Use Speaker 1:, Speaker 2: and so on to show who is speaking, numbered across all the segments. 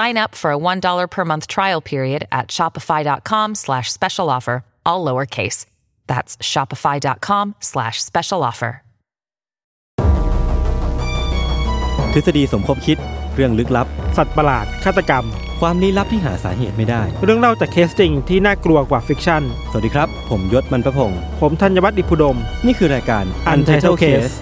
Speaker 1: Sign up for a $1 per month trial period at shopify.com slash special offer, all lowercase. That's shopify.com slash special offer.
Speaker 2: ทฤษฎีสมคบคิด เรื่องลึกลับ
Speaker 3: สัตว์ประหลาด ฆาตกรรม
Speaker 2: ความลี้ลับที่หาสาเหตุไม่ได้
Speaker 3: เรื่องเล่าจากเคสจริงที่น่ากลัวกว่าฟิกชั่น
Speaker 2: สวัสดีครับ ผมยศมันประพงศ์
Speaker 3: ผมธัญวัฒน์อิพุดม
Speaker 2: นี่คือรายการ
Speaker 3: Untitled Case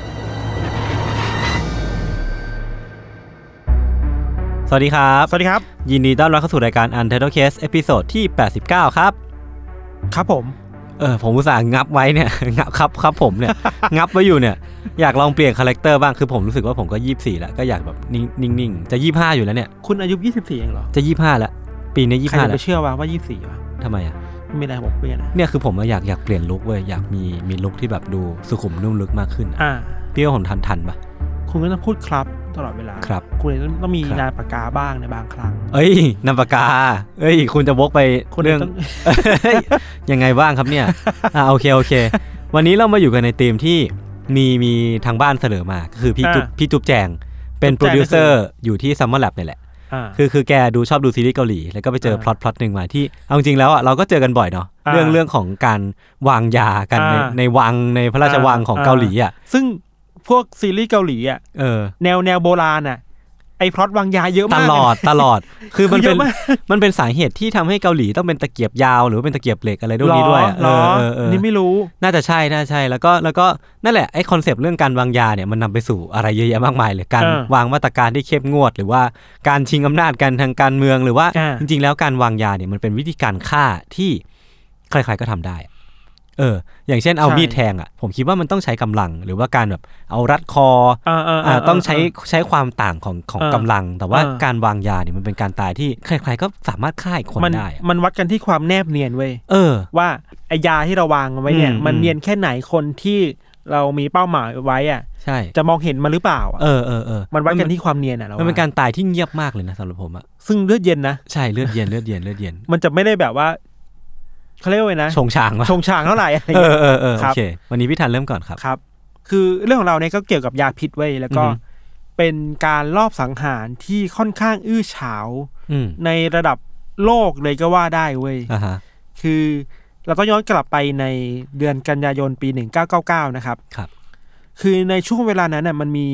Speaker 2: สวัสดีครับ
Speaker 3: สวัสดีครับ
Speaker 2: ยินดีต้อนรับเข้าสู่รายการ Untitled Case เอพิโซดที่ 89 ครับ
Speaker 3: ครับผม
Speaker 2: เออ ผมอุตส่าห์งับไว้เนี่ย งับครับครับผมเนี่ย งับไว้อยู่เนี่ย อยากลองเปลี่ยนคาแรคเตอร์บ้าง คือผมรู้สึกว่าผมก็ 24 แล้ว ก็อยากแบบนิ่งๆ จะ 25 อยู่แล้วเนี่ย
Speaker 3: คุณอายุ 24 เองเหรอ
Speaker 2: จะ 25 แล้ว ปีนี้
Speaker 3: ใค
Speaker 2: 25
Speaker 3: รจะ
Speaker 2: แล้
Speaker 3: ไป
Speaker 2: ว
Speaker 3: เชื่อว่าว่า 24วะ
Speaker 2: ทำไมอะ
Speaker 3: ไม่มีอะไรผมเปลี่ยนนะ
Speaker 2: เนี่ยคือผมอะอยากอยากเปลี่ยนลุคเว้ยอยากมีมีลุคที่แบบดูสุขุมนุ่มลึกมากขึ้นอะ
Speaker 3: อ่า
Speaker 2: พี่ว่าผมทันทันปะ
Speaker 3: คุณก็ต้องพูดครับตลอดเวลา
Speaker 2: ครับ
Speaker 3: คุณเลยต้องมี
Speaker 2: ครับ
Speaker 3: นายปากกาบ้างในบางครั้ง
Speaker 2: เอ้ยนำปากกา เอ้ย คุณจะวกไป
Speaker 3: คุณ
Speaker 2: เรื่อง
Speaker 3: ต้อง
Speaker 2: เฮ้ย ยังไงบ้างครับเนี่ยอ่าโอเคโอเค วันนี้เรามาอยู่กันในทีมที่มีมีทางบ้านเสนอมาก็คือพี่จุ๊บ
Speaker 3: อ่า
Speaker 2: พี่จุ๊บแจง เป็น
Speaker 3: จุ๊
Speaker 2: โปร
Speaker 3: บแจง
Speaker 2: ดิวเซอ
Speaker 3: ก็
Speaker 2: ร์
Speaker 3: คือ
Speaker 2: อยู่ที่ซัมเมอร์แลบนี่แหละ
Speaker 3: อ่า
Speaker 2: คือคือแกดูชอบดูซีรีส์เกาหลี แล้วก็ไปเจอ
Speaker 3: อ่า
Speaker 2: พล็อตพล็อตหนึ่งมาที่เอาจริงๆแล้วอ่ะเราก็เจอกันบ่อยเนาะ
Speaker 3: อ่า
Speaker 2: เรื่องเรื่องของการวางยากันใน
Speaker 3: อ่า
Speaker 2: ในวังในพระราชวังของ
Speaker 3: อ่า
Speaker 2: เกาหลีอ่ะ
Speaker 3: ซึ่งพวกซีรีส์เกาหลีอ่ะ
Speaker 2: เออ
Speaker 3: แนวแนวโบราณอ่ะ ไอพล็อตวางยาเยอะ
Speaker 2: ต
Speaker 3: มาก
Speaker 2: ลอดตลอด คือมัน
Speaker 3: เย
Speaker 2: เป็น
Speaker 3: อะมาก
Speaker 2: มันเป็นสาเหตุที่ทำให้เกาหลีต้องเป็นตะเกียบยาว หรือว่าเป็นตะเกียบเหล็กอะไรด้วยนี้ด้วยอะ
Speaker 3: หรอ
Speaker 2: เออเออเออ
Speaker 3: นี่ไม่รู้
Speaker 2: น่าจะใช่น่าจะใช่แล้วก็แล้วก็นั่นแหละไอ้คอนเซปต์เรื่องการวางยาเนี่ยมันนำไปสู่อะไรเยอะแยะมากมายเลยการ
Speaker 3: อ่าว
Speaker 2: างมาตรการที่เข้มงวด หรือว่าการชิงอำนาจกันทางการเมืองหรือว่า
Speaker 3: อ่า
Speaker 2: จริง ๆ แล้วการวางยาเนี่ยมันเป็นวิธีการฆ่าที่ใครๆก็ทำได้อะเออ อย่างเช่นเอามีดแทงอ่ะผมคิดว่ามันต้องใช้กำลังหรือว่าการแบบเอารัดคอ
Speaker 3: อ่าอ่า
Speaker 2: อ่า
Speaker 3: อ่า
Speaker 2: ต้องใช้ใช้ความต่างของของ
Speaker 3: อ่าก
Speaker 2: ำลัง แต่ว่า
Speaker 3: อ่า
Speaker 2: การวางยาเนี่ยมันเป็นการตายที่ใครๆก็สามารถฆ่าอีกคน
Speaker 3: มัน
Speaker 2: ได้อะ
Speaker 3: มันวัดกันที่ความแนบเนียนเว้ย
Speaker 2: เออ
Speaker 3: ว่าไอยาที่เราวางเอาไว้เนี่ย
Speaker 2: อืม
Speaker 3: มัน
Speaker 2: อืม
Speaker 3: เนียนแค่ไหนคนที่เรามีเป้าหมายไว้อะ
Speaker 2: ใช่
Speaker 3: จะมองเห็นมันหรือเปล่าอะ
Speaker 2: เออเออเออ
Speaker 3: มันวัดกันที่ความเนียนอะเรา
Speaker 2: มันเป็น
Speaker 3: ว่
Speaker 2: การตายที่เงียบมากเลยนะสำหรับผมอะ
Speaker 3: ซึ่งเลือดเย็นนะ
Speaker 2: ใช่เลือดเย็นเลือดเย็นเลือดเย็น
Speaker 3: มันจะไม่ได้แบบว่าเขาเรียกว่าไงนะ
Speaker 2: ชง ช้างวะ
Speaker 3: ชงชางเท่าไหร่อะไร
Speaker 2: เอ
Speaker 3: เงี้
Speaker 2: อย เออเออโอ
Speaker 3: ครับ
Speaker 2: เค วันนี้พี่ทันเริ่มก่อนครับ
Speaker 3: ครับ คือเรื่องของเราเนี่ยก็เกี่ยวกับยาพิษไว้ยแล้วก็
Speaker 2: อือฮึ
Speaker 3: เป็นการลอบสังหารที่ค่อนข้างอื้อฉาว
Speaker 2: อืม
Speaker 3: ในระดับโลกเลยก็ว่าได้เว้ย
Speaker 2: อ่าฮะ
Speaker 3: คือเราต้องย้อนกลับไปในเดือนกันยายนปี 1999 นะครับ
Speaker 2: ครับ
Speaker 3: คือในช่วงเวลานั้นน่ะมันมี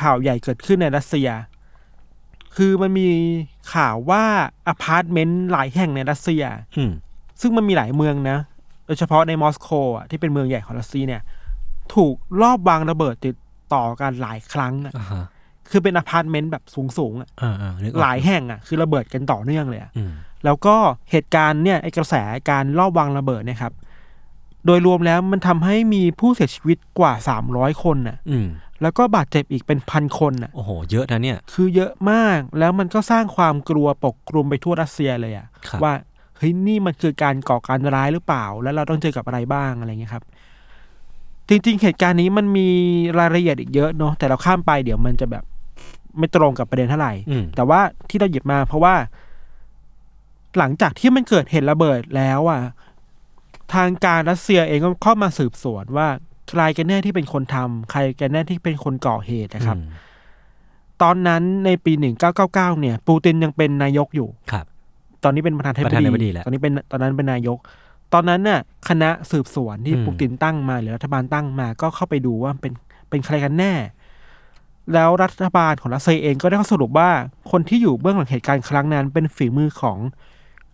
Speaker 3: ข่าวใหญ่เกิดขึ้นในรัสเซีย คือมันมีข่าวว่าอพาร์ตเมนต์หลายแห่งในรัสเซีย
Speaker 2: อืม
Speaker 3: ซึ่งมันมีหลายเมืองนะ โดยเฉพาะในมอสโกอ่ะที่เป็นเมืองใหญ่ของรัสเซียเนี่ย ถูกลอบวางระเบิดติดต่อกันหลายครั้งอ่ะ
Speaker 2: อ่าฮะ
Speaker 3: คือเป็นอพาร์ตเมนต์แบบสูงๆอ่ะ
Speaker 2: เออเออนึกออก
Speaker 3: หลายแห่งอ่ะคือระเบิดกันต่อเนื่องเลยอ่ะ
Speaker 2: อืม
Speaker 3: แล้วก็เหตุการณ์เนี่ยไอกระแสการลอบวางระเบิดเนี่ยครับ โดยรวมแล้วมันทำให้มีผู้เสียชีวิตกว่าสามร้อยคนน่ะ
Speaker 2: อืม
Speaker 3: แล้วก็บาดเจ็บอีกเป็นพันคนน่ะ
Speaker 2: โอ้โห เยอะนะเนี่ย
Speaker 3: คือเยอะมาก แล้วมันก็สร้างความกลัวปกคลุมไปทั่วรัสเซียเลยอะ
Speaker 2: ครับ
Speaker 3: ว่าเฮ้ยนี่มันคือการก่อการร้ายหรือเปล่า แล้วเราต้องเจอกับอะไรบ้างอะไรเงี้ยครับ จริงๆ เหตุการณ์นี้มันมีรายละเอียดอีกเยอะเนาะ แต่เราข้ามไปเดี๋ยวมันจะแบบไม่ตรงกับประเด็นเท่าไหร่
Speaker 2: อืม
Speaker 3: แต่ว่าที่เราหยิบมาเพราะว่า หลังจากที่มันเกิดเหตุระเบิดแล้วอ่ะทางการรัสเซียเองก็เข้ามาสืบสวนว่าใครกันแน่ที่เป็นคนทำใครกันแน่ที่เป็นคนก่อเหตุนะครับ
Speaker 2: อืม
Speaker 3: ตอนนั้นในปี 1999 เนี่ย ปูตินยังเป็นนายกอยู่
Speaker 2: ครับ
Speaker 3: ตอนนี้เป็นประธานาธิ
Speaker 2: ประธานาธิบดีแล้ว
Speaker 3: ตอนนี้เป็นตอนนั้นเป็นนายก ตอนนั้นน่ะคณะสืบสวนที่
Speaker 2: อืม
Speaker 3: ปูตินตั้งมา หรือรัฐบาลตั้งมา ก็เข้าไปดูว่าเป็นเป็นใครกันแน่ แล้วรัฐบาลของรัสเซียเองก็ได้ข้อสรุปว่าคนที่อยู่เบื้องหลังเหตุการณ์ครั้งนั้น เป็นฝีมือของ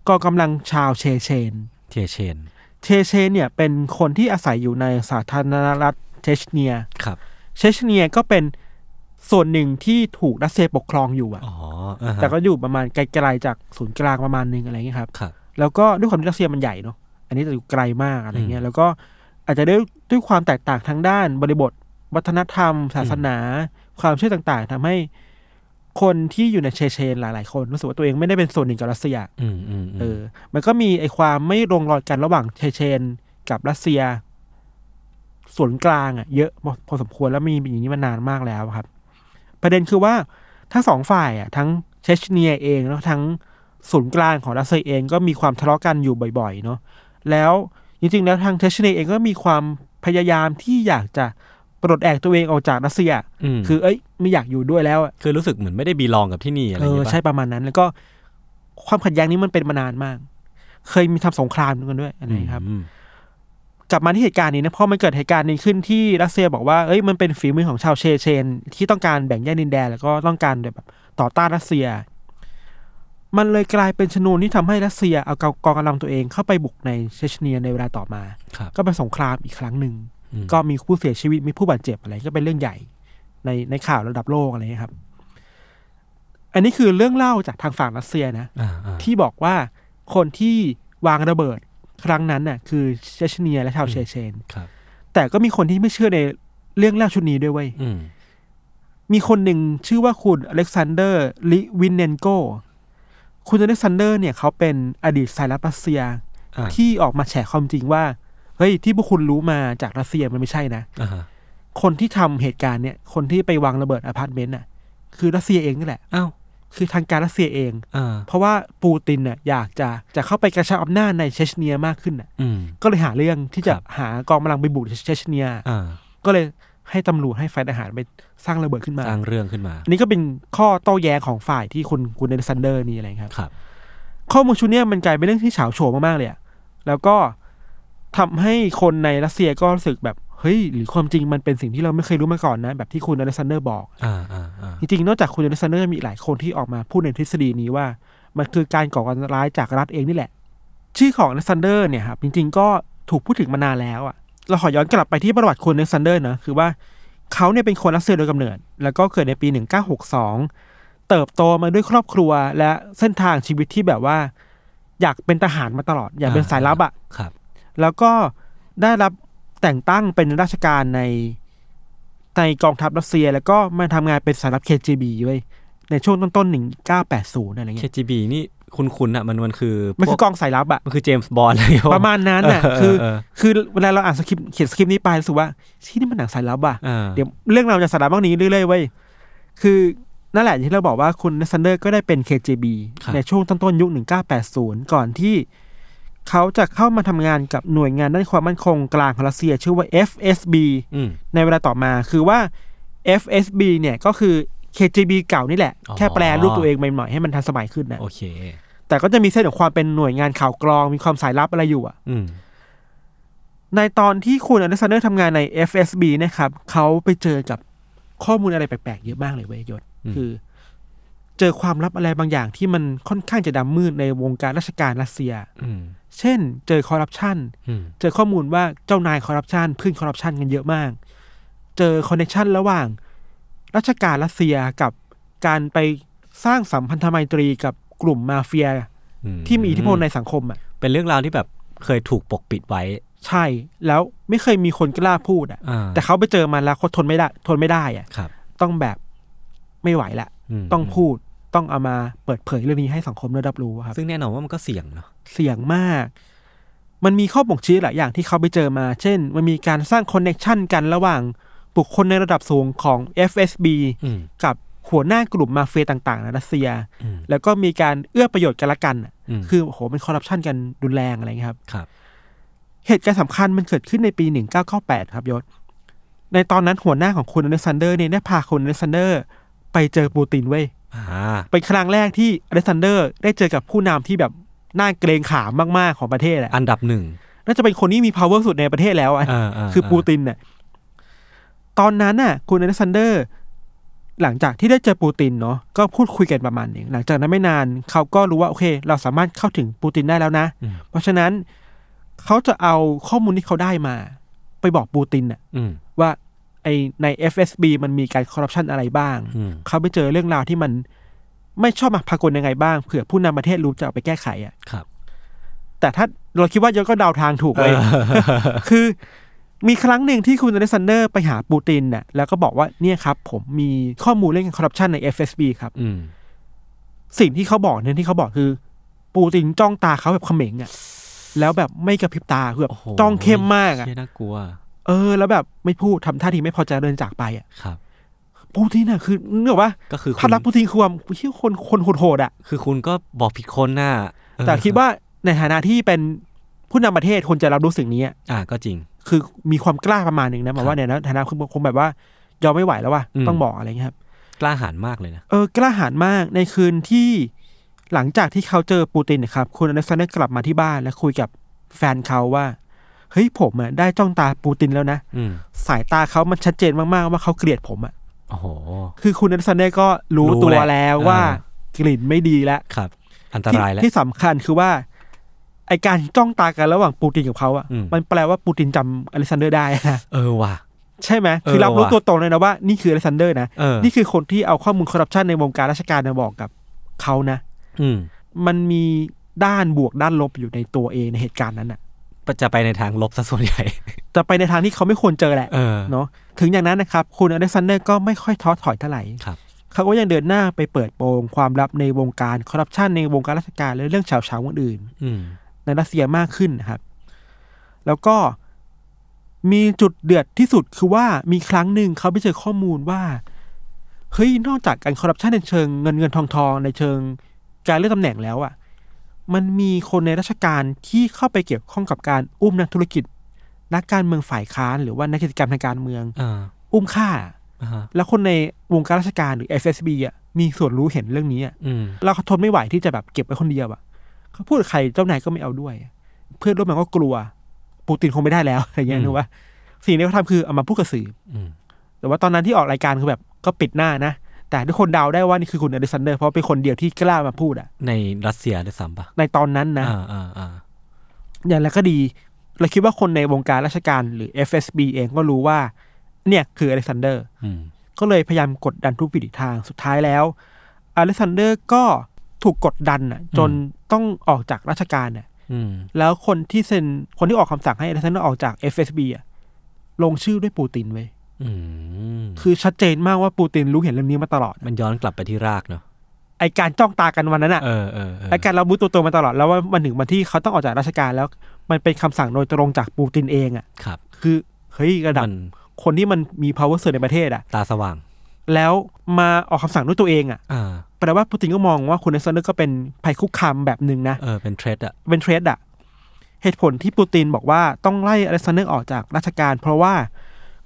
Speaker 3: กองกำลังชาวเชเชน
Speaker 2: เทเชน
Speaker 3: เชเชเนี่ยเป็นคนที่อาศัยอยู่ในสาธารณรัฐเชชเนีย
Speaker 2: ครับ
Speaker 3: เชชเนียก็เป็นส่วนหนึ่งที่ถูกรัสเซียปกครองอยู่อะ
Speaker 2: อ๋ออ่าฮะ
Speaker 3: แต่ก็อยู่ประมาณไกลๆจากศูนย์กลางประมาณนึงอะไรเงี้ยครับ
Speaker 2: ครับ
Speaker 3: แล้วก็ด้วยความที่รัสเซียมันใหญ่เนอะอันนี้จะอยู่ไกลมากอะไรเงี้ย แล้วก็อาจจะด้วยด้วยความแตกต่างทางด้านบริบท วัฒนธรรม ศาสนา ความเชื่อต่างๆทำให้คนที่อยู่ในเชเชนหลายๆ คนรู้สึกว่าตัวเองไม่ได้เป็นส่วนหนึ่งกับรัสเซีย
Speaker 2: อืมอืมอืม
Speaker 3: เออ มันก็มีไอ้ความไม่ลงรอยกันระหว่างเชเชนกับรัสเซีย ส่วนกลางอ่ะเยอะพอพอสมควรแล้วมีอย่างนี้มานานมากแล้วครับ ประเด็นคือว่าทั้งสองฝ่ายอ่ะ ทั้งเชเชเนียเองแล้วทั้งส่วนกลางของรัสเซียเองก็มีความทะเลาะกันอยู่บ่อยๆ เนาะแล้วจริงๆ แล้วทางเชเชเนียเองก็มีความพยายามที่อยากจะปลดแอกตัวเองออกจากรัสเซีย
Speaker 2: ม
Speaker 3: คือเอ้ยไม่อยากอยู่ด้วยแล้วอะ
Speaker 2: คือรู้สึกเหมือนไม่ได้บีลองกับที่นี่อะไรอ
Speaker 3: เอย่างอ
Speaker 2: เงี้ยปะ
Speaker 3: ใช่ประมาณนั้น แล้วก็ความขัดแย้งนี้มันเป็นมานานมาก เคยมีทำสงครามกันด้วยอะไรครับ
Speaker 2: อืม
Speaker 3: กลับมาที่เหตุการณ์นี้นะพอมันเกิดเหตุการณ์นี้ขึ้นที่รัสเซียบอกว่าเอ้ยมันเป็นฝีมือของชาวเชเชน ที่ต้องการแบ่งแยกดินแดนแล้วก็ต้องการแบบต่อต้านรัสเซีย มันเลยกลายเป็นชนวนที่ทำให้รัสเซียเอากองกำลังตัวเองเข้าไปบุกในเชเชเนียในเวลาต่อมา
Speaker 2: ครับ
Speaker 3: ก็เป็นสงครามอีกครั้งหนึ่ง
Speaker 2: อืม
Speaker 3: ก็มีผู้เสียชีวิตมีผู้บาดเจ็บอะไรก็เป็นเรื่องใหญ่ ในในข่าวระดับโลกอะไรอย่างเงี้ยครับ อันนี้คือเรื่องเล่าจากทางฝั่งรัสเซียนะ
Speaker 2: อ่าอ่า
Speaker 3: ที่บอกว่าคนที่วางระเบิดครั้งนั้นน่ะ คือเชเชเนียและชาวเชเชน
Speaker 2: ครับ
Speaker 3: แต่ก็มีคนที่ไม่เชื่อในเรื่องเล่าชุดนี้ด้วยเว้ย
Speaker 2: อืม
Speaker 3: มีคนหนึ่งชื่อว่าคุณอเล็กซานเดอร์ลิวินเนนโกคุณอเล็กซานเดอร์เนี่ยเขาเป็นอดีตสายลับรัสเซีย
Speaker 2: อ่า
Speaker 3: ที่ออกมาแฉความจริงว่าเฮ้ยที่พวกคุณรู้มาจากรัสเซียมันไม่ใช่นะ
Speaker 2: อ่าฮะ
Speaker 3: คนที่ทำเหตุการณ์เนี่ย คนที่ไปวางระเบิดอพาร์ตเมนต์น่ะ คือรัสเซียเองนี่แหละ
Speaker 2: อ้าว
Speaker 3: คือทางการรัสเซียเอง
Speaker 2: อ่า
Speaker 3: เพราะว่าปูตินน่ะอยากจะจะเข้าไปกระชับอำนาจในเชชเนียมากขึ้นน่ะ
Speaker 2: อืม
Speaker 3: ก็เลยหาเรื่องที่จะ
Speaker 2: ครับ
Speaker 3: หากองกำลังไปบุกเชชเนีย
Speaker 2: อ่า
Speaker 3: ก็เลยให้ตำรวจให้ฝ่ายทหารไปสร้างระเบิดขึ้นมา
Speaker 2: สร้างเรื่องขึ้นมา
Speaker 3: อันนี้ก็เป็นข้อโต้แย้งของฝ่ายที่คุณคุณเดนซันเดอร์นี่อะไรครับ
Speaker 2: ครับ
Speaker 3: ข้อมูลชุดเนี้ยมันกลายเป็นเรื่องที่เฉาโฉมมากๆเลยอะแล้วก็ทำให้คนในรัสเซียก็รู้สึกแบบเฮ้ยหรือความจริงมันเป็นสิ่งที่เราไม่เคยรู้มาก่อนนะ แบบที่คุณอเล็กซานเดอร์บอก
Speaker 2: อ่าอ่าอ่า
Speaker 3: จริงๆ นอกจากคุณอเล็กซานเดอร์มีอีกหลายคนที่ออกมาพูดในทฤษฎีนี้ว่า มันคือการก่อการร้ายจากรัฐเองนี่แหละ ชื่อของอเล็กซานเดอร์เนี่ยครับจริงๆ ก็ถูกพูดถึงมานานแล้วอะเราขอย้อนกลับไปที่ประวัติคุณอเล็กซานเดอร์นะคือว่าเขาเนี่ยเป็นคนรัสเซียโดยกำเนิด แล้วก็เกิดในปี 1962 เติบโตมาด้วยครอบครัวและเส้นทางชีวิตที่แบบว่า อยากเป็นทหารมาตลอด อยากเป็นสายลับอะ
Speaker 2: ครับ
Speaker 3: แล้วก็ได้รับแต่งตั้งเป็นราชการในในกองทัพรัสเซีย แล้วก็มาทำงานเป็นสายลับ KGB เว้ยในช่วงต้นๆ 1980 อะไร
Speaker 2: เค
Speaker 3: เงี้ย
Speaker 2: จีบีนี่คุณคุณอ่ะมันมันคือ
Speaker 3: มันคื
Speaker 2: พว
Speaker 3: อกองสายลับอะ
Speaker 2: มันคือเจมส์ บอลอะไรอย่งเงี้ย
Speaker 3: ประมาณนั้นน่ะ
Speaker 2: เ
Speaker 3: คือ
Speaker 2: เอ
Speaker 3: คือเวลาเราอ่านสคริปต์เขียนสคริปต์นี้ไปรู้สึกว่าที่นี่มันหนังสายลับอะ
Speaker 2: เออ
Speaker 3: เดี๋ยวเรื่องเราวจะสายลับบ้างนี้เรื่อยๆเว้ยคือนั่นแหละอย่างที่เราบอกว่าคุณซันเดอร์ก็ได้เป็น KGB ในช่วงต้นๆยุค 1980 ก่อนที่เขาจะเข้ามาทำงานกับหน่วยงานด้านความมั่นคงกลางของรัสเซีย ชื่อว่า FSB
Speaker 2: อืม
Speaker 3: ในเวลาต่อมาคือว่า FSB เนี่ยก็คือ KGB เก่านี่แหละ
Speaker 2: อ๋อ
Speaker 3: แค่แปลรูปตัวเองใหม่ๆให้มันทันสมัยขึ้นนะ
Speaker 2: โอเค
Speaker 3: แต่ก็จะมีเส้นของความเป็นหน่วยงานข่าวกรองมีความสายลับอะไรอยู่อะ
Speaker 2: อืม
Speaker 3: ในตอนที่คุณอเล็กซานเดอร์ทำงานใน FSB นะครับเขาไปเจอกับข้อมูลอะไรแปลกๆ เยอะมากเลยเว้ยยศคือ เจอความลับอะไรบางอย่างที่มันค่อนข้างจะดำมืดในวงการราชการรัสเซีย
Speaker 2: อืม
Speaker 3: เช่น เจอคอร์รัปชัน
Speaker 2: อืม
Speaker 3: เจอข้อมูลว่าเจ้านายคอร์รัปชันเพื่อนคอร์รัปชันกันเยอะมาก เจอคอนเนคชันระหว่าง ราชการรัสเซียกับการไปสร้างสัมพันธไมตรีกับกลุ่มมาเฟีย
Speaker 2: อื
Speaker 3: ที่มีอิทธิพลในสังคมอ่ะ
Speaker 2: เป็นเรื่องราวที่แบบเคยถูกปกปิดไว้
Speaker 3: ใช่แล้วไม่เคยมีคนกล้าพูดอ่ะ
Speaker 2: อ่า
Speaker 3: แต่เขาไปเจอมันแล้วเขาทนไม่ได้ ทนไม่ได้อ่ะ
Speaker 2: ครับ
Speaker 3: ต้องแบบไม่ไหวละ
Speaker 2: ม
Speaker 3: ต้องพูดต้องเอามาเปิดเผยเรื่องนี้ให้สังคมได้รับรู้ครับ
Speaker 2: ซึ่งแน่นอนว่ามันก็เสี่ยงเนาะ
Speaker 3: เสี่ยงมาก มันมีข้อบ่งชี้หลายอย่างที่เขาไปเจอมา เช่น มันมีการสร้างคอนเน็ชันกันระหว่างบุคคลในระดับสูงของ FSB
Speaker 2: อืม
Speaker 3: กับหัวหน้ากลุ่มมาเฟียต่างๆในรัสเซีย
Speaker 2: อืม
Speaker 3: แล้วก็มีการเอื้อประโยชน์กันละกันน่ะ
Speaker 2: อืม
Speaker 3: คือโอ้โหมันคอร์รัปชันกันรุนแรงอะไรเงี้ยครับ
Speaker 2: ครับ
Speaker 3: เหตุการณ์สำคัญมันเกิดขึ้นในปี 1998 ครับยศ ในตอนนั้นหัวหน้าของคุณอเล็กซานเดอร์เนี่ยได้พาคุณอเล็กซานเดอร์ไปเจอปูตินเว้ย
Speaker 2: อ่า
Speaker 3: เป็นครั้งแรกที่อเล็กซานเดอร์ได้เจอกับผู้นำที่แบบน่าเกรงขามมากๆของประเทศอะ
Speaker 2: อันดับหนึ่ง
Speaker 3: น่าจะเป็นคนที่มี power สุดในประเทศแล้วอ่ะ
Speaker 2: อ่าา
Speaker 3: คือปูตินน่ะ ตอนนั้นน่ะ คุณอเล็กซานเดอร์ หลังจากที่ได้เจอปูตินเนาะ ก็พูดคุยกันประมาณหนึงหลังจากนั้นไม่นาน เขาก็รู้ว่า โอเค เราสามารถเข้าถึงปูตินได้แล้วนะ
Speaker 2: อืม
Speaker 3: เพราะฉะนั้น เขาจะเอาข้อมูลที่เขาได้มา ไปบอกปูตินน่ะ
Speaker 2: อืม
Speaker 3: ว่าไอใน FSB มันมีการคอร์รัปชันอะไรบ้าง
Speaker 2: อืม
Speaker 3: เขาไปเจอเรื่องราวที่มันไม่ชอบมาพากลยังไงบ้างเผื่อผู้นำประเทศรู้จะเอาไปแก้ไขอ่ะ
Speaker 2: ครับ
Speaker 3: แต่ถ้าเราคิดว่าเราก็เดาทางถูก
Speaker 2: เอ
Speaker 3: เลย
Speaker 2: อ
Speaker 3: คือมีครั้งหนึ่งที่คุณอเล็กซานเดอร์ไปหาปูตินน่ะแล้วก็บอกว่าเนี่ยครับ ผมมีข้อมูลเรื่องคอร์รัปชันใน FSB ครับ
Speaker 2: อืม
Speaker 3: สิ่งที่เขาบอกเนี่ยที่เขาบอกคือ ปูตินจ้องตาเขาแบบเขม็งอะ่ะแล้วแบบไม่กระพริบตาคือแบบ
Speaker 2: โอ้โห
Speaker 3: จ้องเข้มมากอะ่ะ
Speaker 2: เชี่ยน่ากลัว
Speaker 3: เออ แล้วแบบไม่พูดทำท่าทีไม่พอใจเดินจากไปอะ่ะ
Speaker 2: ครับ
Speaker 3: ปูตินน่ะคือเนื้อว่า
Speaker 2: ก็คือ
Speaker 3: ภาพ
Speaker 2: ณ
Speaker 3: ลักษณ์ปูตินคือความเชี่ยคนคนโหดๆอ่ะ
Speaker 2: คือคุณก็บอกผิดคนน่ะเออ
Speaker 3: แต่คิดว่าในฐานะที่เป็นผู้นำประเทศคนจะรับรู้สิ่งนี้อะ
Speaker 2: อ่าก็จริง
Speaker 3: คือมีความกล้าประมาณหนึ่งนะหมายว่าเนี่ยนะฐานะคือคงแบบว่ายอมไม่ไหวแล้วว่า
Speaker 2: อืม
Speaker 3: ต้องบอกอะไรเงี้ยครับ
Speaker 2: กล้าหาญมากเลยนะ
Speaker 3: เออกล้าหาญมากในคืนที่หลังจากที่เขาเจอปูตินนะครับ คุณอเล็กซานเดอร์กลับมาที่บ้านและคุยกับแฟนเขาว่าเฮ้ยผมอ่ะได้จ้องตาปูตินแล้วนะ
Speaker 2: อืม
Speaker 3: สายตาเขามันชัดเจนมากๆว่าเขาเกลียดผมอ่ะ
Speaker 2: โอ้โห
Speaker 3: คือคุณอเล็กซานเดอร์ก็รู้
Speaker 2: รู้
Speaker 3: ตัว
Speaker 2: แหละ
Speaker 3: แล้วว่า
Speaker 2: อ่
Speaker 3: กลิ่นไม่ดีแล้ว
Speaker 2: ครับ อันต
Speaker 3: ที่
Speaker 2: รายแล้ว
Speaker 3: ที่สำคัญคือว่าไอการจ้องตากันระหว่างปูตินกับเขาอ่ะ
Speaker 2: อืม
Speaker 3: มันแปลว่าปูตินจำอเล็กซานเดอร์ได้นะ
Speaker 2: เออว่ะ
Speaker 3: ใช่ไหม
Speaker 2: เออ
Speaker 3: คือรับรู้
Speaker 2: ว่ะ
Speaker 3: ตัวตนเลยนะว่านี่คืออเล็กซานเดอร์นะ
Speaker 2: เออ
Speaker 3: นี่คือคนที่เอาข้อมูลคอร์รัปชันในวงการราชการมาบอกกับเขานะ
Speaker 2: อืม
Speaker 3: มันมีด้านบวกด้านลบอยู่ในตัวเองในเหตุการณ์นั้นอ่ะ
Speaker 2: จะไปในทางลบซะส่วนใหญ่
Speaker 3: จะไปในทางที่เขาไม่ควรเจอแหละ
Speaker 2: เออ
Speaker 3: เนาะถึงอย่างนั้นนะครับ คุณอเล็กซานเดอร์ก็ไม่ค่อยท้อถอยเท่าไหร่
Speaker 2: ครับ
Speaker 3: เขาก็ยังเดินหน้าไปเปิดโปงความลับในวงการคอร์รัปชันในวงการราชการและเรื่องเฉาเฉาๆอื่นๆ
Speaker 2: อืม
Speaker 3: ในรัสเซียมากขึ้นนะครับ แล้วก็มีจุดเดือดที่สุดคือว่ามีครั้งหนึ่งเขาไปเจอข้อมูลว่า เฮ้ย นอกจากการคอร์รัปชันในเชิงเงินเงินทองทองในเชิงการเลื่อนตำแหน่งแล้วอะ่ะ มันมีคนในราชการที่เข้าไปเกี่ยวข้องกับการอุ้มนักธุรกิจ นักการเมืองฝ่ายค้านหรือว่านักกิจกรรมทางการเมือง
Speaker 2: อ่า
Speaker 3: อุ้มฆ่า
Speaker 2: อ่าฮะ
Speaker 3: แล้วคนในวงการราชการหรือ FSB อะ่ะมีส่วนรู้เห็นเรื่องนี้อะ
Speaker 2: อืม
Speaker 3: เราทนไม่ไหวที่จะแบบเก็บไว้คนเดียวอะเขาพูดกับใครเจ้านายก็ไม่เอาด้วย เพื่อนร่วมงานก็กลัว ปูตินคงไม่ได้แล้ว อะไรเงี้ย
Speaker 2: อืม
Speaker 3: นึกว่า สิ่งที่เขาทำคือเอามาพูดกับสื่อ
Speaker 2: อืม
Speaker 3: แต่ว่าตอนนั้นที่ออกรายการคือแบบก็ปิดหน้านะ แต่ทุกคนเดาได้ว่านี่คือคุณอเดซันเดอร์ เพราะเป็นคนเดียวที่กล้ามาพูดอะ
Speaker 2: ในรัสเซียด้วยซ้ำปะ
Speaker 3: ในตอนนั้นนะ
Speaker 2: อ่าอ่าอ่า
Speaker 3: อย่างไรก็ดี เราคิดว่าคนในวงการราชการหรือ FSB เองก็รู้ว่า เนี่ยคืออเล็กซานเดอร์
Speaker 2: อืม
Speaker 3: ก็เลยพยายามกดดันทุกวิถีทางสุดท้ายแล้ว อเล็กซานเดอร์ก็ถูกกดดันน่ะ จนต้องออกจากราชการน่ะ
Speaker 2: อืม
Speaker 3: แล้วคนที่เซ็นคนที่ออกคำสั่งให้อเล็กซานเดอร์ออกจาก FSB อ่ะลงชื่อด้วยปูตินไว้ย
Speaker 2: อืม
Speaker 3: คือชัดเจนมากว่าปูตินรู้เห็นเรื่องนี้มาตลอด
Speaker 2: มันย้อนกลับไปที่รากเนาะ
Speaker 3: ไอการจ้องตากันวันนั้นอ่ะ
Speaker 2: เออเออเออ
Speaker 3: ไอการรับรู้ตัวตนมาตลอดแล้วว่ามันถึงวันที่เขาต้องออกจากราชการแล้ว มันเป็นคำสั่งโดยตรงจากปูตินเองอ่ะ
Speaker 2: ครับ
Speaker 3: คือเฮ้ยระดับ
Speaker 2: มัน
Speaker 3: คนที่มันมี power สูงในประเทศอ่ะ
Speaker 2: ตาสว่าง
Speaker 3: แล้วมาออกคำสั่งด้วยตัวเองอ่ะ
Speaker 2: อ่า
Speaker 3: แปลว่าปูตินก็มองว่าคุณอเล็กซานเดอร์ก็เป็นภัยคุกคามแบบหนึ่งนะ
Speaker 2: เออ เป็นเทรดอะ
Speaker 3: เป็นเทรดอะเหตุผลที่ปูตินบอกว่าต้องไล่อเล็กซานเดอร์ออกจากราชการ เพราะว่า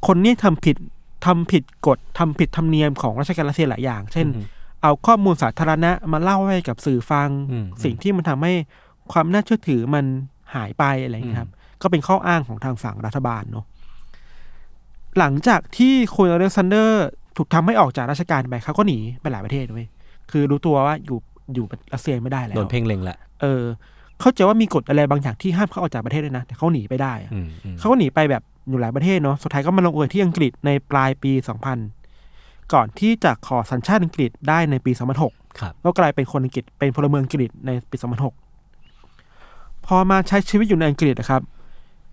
Speaker 3: คนนี้ทำผิดทำผิดกฎทำผิดธรรมเนียมของราชการรัสเซียหลายอย่าง เช่น เอาข้อมูลสาธารณะมาเล่าให้กับสื่อฟัง
Speaker 2: อืม
Speaker 3: สิ่งที่มันทำให้ความน่าเชื่อถือมันหายไปอะไรอย่างเงี้ยครับ ก็เป็นข้ออ้างของทางฝั่งรัฐบาลเนาะหลังจากที่คุณอเล็กซานเดอร์ถูกทำให้ออกจากราชการไปเขาก็หนีไปหลายประเทศเว้ยคือรู้ตัวว่าอยู่อยู่รัสเซียไม่ได้แล้ว
Speaker 2: โดนเพ่งเล็งละ
Speaker 3: เออเข้าใจว่ามีกฎอะไรบางอย่างที่ห้ามเขาออกจากประเทศเลยนะ แต่เขาหนีไปได้อะ
Speaker 2: อืมอืม
Speaker 3: เขาก็หนีไปแบบอยู่หลายประเทศเนาะสุดท้ายก็มาลงเอยที่อังกฤษในปลายปี 2000 ก่อนที่จะขอสัญชาติอังกฤษได้ในปี 2006
Speaker 2: ครับ
Speaker 3: ก็กลายเป็นคนอังกฤษเป็นพลเมืองอังกฤษในปี 2006 พอมาใช้ชีวิตอยู่ในอังกฤษนะครับ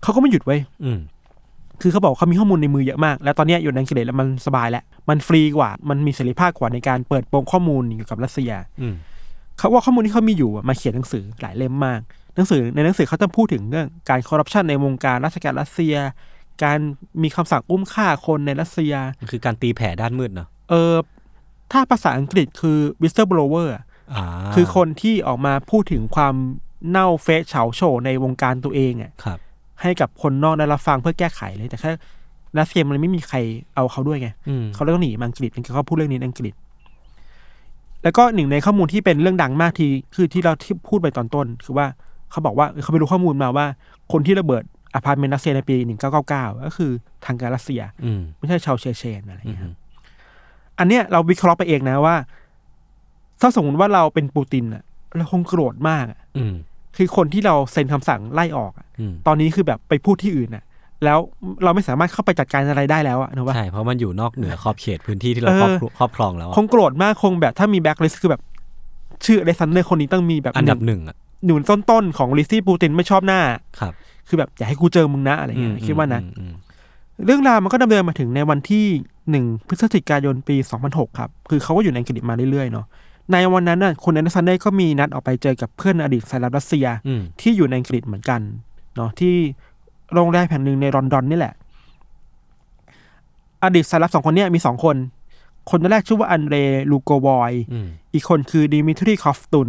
Speaker 3: เขาก็ไม่หยุดไว้ย
Speaker 2: อืม
Speaker 3: คือเขาบอกเขามีข้อมูลในมือเยอะมาก แล้วตอนเนี้ยอยู่ในอังกฤษแล้วมันสบายแล้วมันฟรีกว่ามันมีเสรีภาพกว่าในการเปิดโปงข้อมูลเกี่ยวกับรัสเซีย
Speaker 2: อืม
Speaker 3: เขาว่าข้อมูลที่เขามีอยู่อะมาเขียนหนังสือหลายเล่มมาก หนังสือในหนังสือเขาจะพูดถึงเรื่องการคอร์รัปชันในวงการราชการรัสเซีย การมีคำสั่งอุ้มฆ่าคนในรัสเซีย
Speaker 2: มันคือการตีแผ่ด้านมืดเนาะ
Speaker 3: เออถ้าภาษาอังกฤษคือ whistleblower อะ
Speaker 2: อ่า
Speaker 3: คือคนที่ออกมาพูดถึงความเน่าเฟะเฉาโฉในวงการตัวเองอ่ะ
Speaker 2: ครับ
Speaker 3: ให้กับคนนอกได้รับฟังเพื่อแก้ไขเลย แต่แค่รัสเซียมันไม่มีใครเอาเขาด้วยไง
Speaker 2: อืม
Speaker 3: เขาเลยต้องหนีมาอังกฤษเขาพูดเรื่องนี้ในอังกฤษ แล้วก็หนึ่งในข้อมูลที่เป็นเรื่องดังมากที่คือที่เราที่พูดไปตอนต้น คือว่าเขาบอกว่าเขาไปรู้ข้อมูลมาว่า คนที่ระเบิดอพาร์ตเมนต์รัสเซียในปี 1999 ก็คือทางการรัสเซีย
Speaker 2: อืม
Speaker 3: ไม่ใช่ชาวเชเชนอะไรอย่าง
Speaker 2: อื
Speaker 3: เงี้ยครับ
Speaker 2: ม
Speaker 3: อันเนี้ยเราวิเคราะห์ไปเองนะว่า ถ้าสมมติว่าเราเป็นปูตินอะเราคงโกรธมากอะ
Speaker 2: อืม
Speaker 3: คือคนที่เราเซ็นคำสั่งไล่ออกอะ
Speaker 2: อืม
Speaker 3: ตอนนี้คือแบบไปพูดที่อื่นน่ะ แล้วเราไม่สามารถเข้าไปจัดการอะไรได้แล้วอะนะว่า
Speaker 2: ใช่เพราะมันอยู่นอกเหนือขอบเขตพื้นที่ที่เราครอบครัวครอบครองแล้วอะ
Speaker 3: คงโกรธมากคงแบบถ้ามีแบ็คลิสต์คือแบบ ชื่อเลซันเนอร์คนนี้ต้องมีแบบ
Speaker 2: อันดับหนึ่งอ่ะ
Speaker 3: หนุนต้นๆของลิซี่ปูตินไม่ชอบหน้า
Speaker 2: ครับ
Speaker 3: คือแบบอย่าให้กูเจอมึงนะอะไรเงี้ยคิดว่านะ
Speaker 2: อืมอืม
Speaker 3: เรื่องราวมันก็ดำเนินมาถึงในวันที่หนึ่งพฤศจิกายนปี 2006 ครับ คือเขาก็อยู่ในอังกฤษมาเรื่อยๆเนาะ ในวันนั้นน่ะคุณแอนเดอร์สันเดย์ก็มีนัดออกไปเจอกับเพื่อนอดีตสายลับรัสเซีย
Speaker 2: อืม
Speaker 3: ที่อยู่ในอังกฤษเหมือนกันเนาะที่โรงแรมแห่งหนึ่งในลอนดอนนี่แหละ อดีตสายลับสองคนเนี้ยมีสองคน คนแรกชื่อว่าอันเดรลูโกวอย
Speaker 2: อืม
Speaker 3: อีกคนคือดิมิทรีคอฟตุน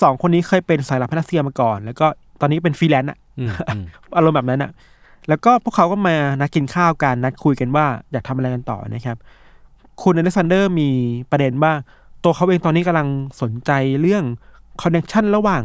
Speaker 3: สองคนนี้เคยเป็นสายลับรัสเซียมาก่อน แล้วก็ตอนนี้เป็นฟรีแลนซ์อะ
Speaker 2: อืมอืม
Speaker 3: อารมณ์แบบนั้นอะแล้วก็พวกเขาก็มานัดกินข้าวกันนัดคุยกันว่าอยากทำอะไรกันต่อนะครับ คุณอเล็กซานเดอร์มีประเด็นว่า ตัวเขาเองตอนนี้กำลังสนใจเรื่องคอนเน t ชันระหว่าง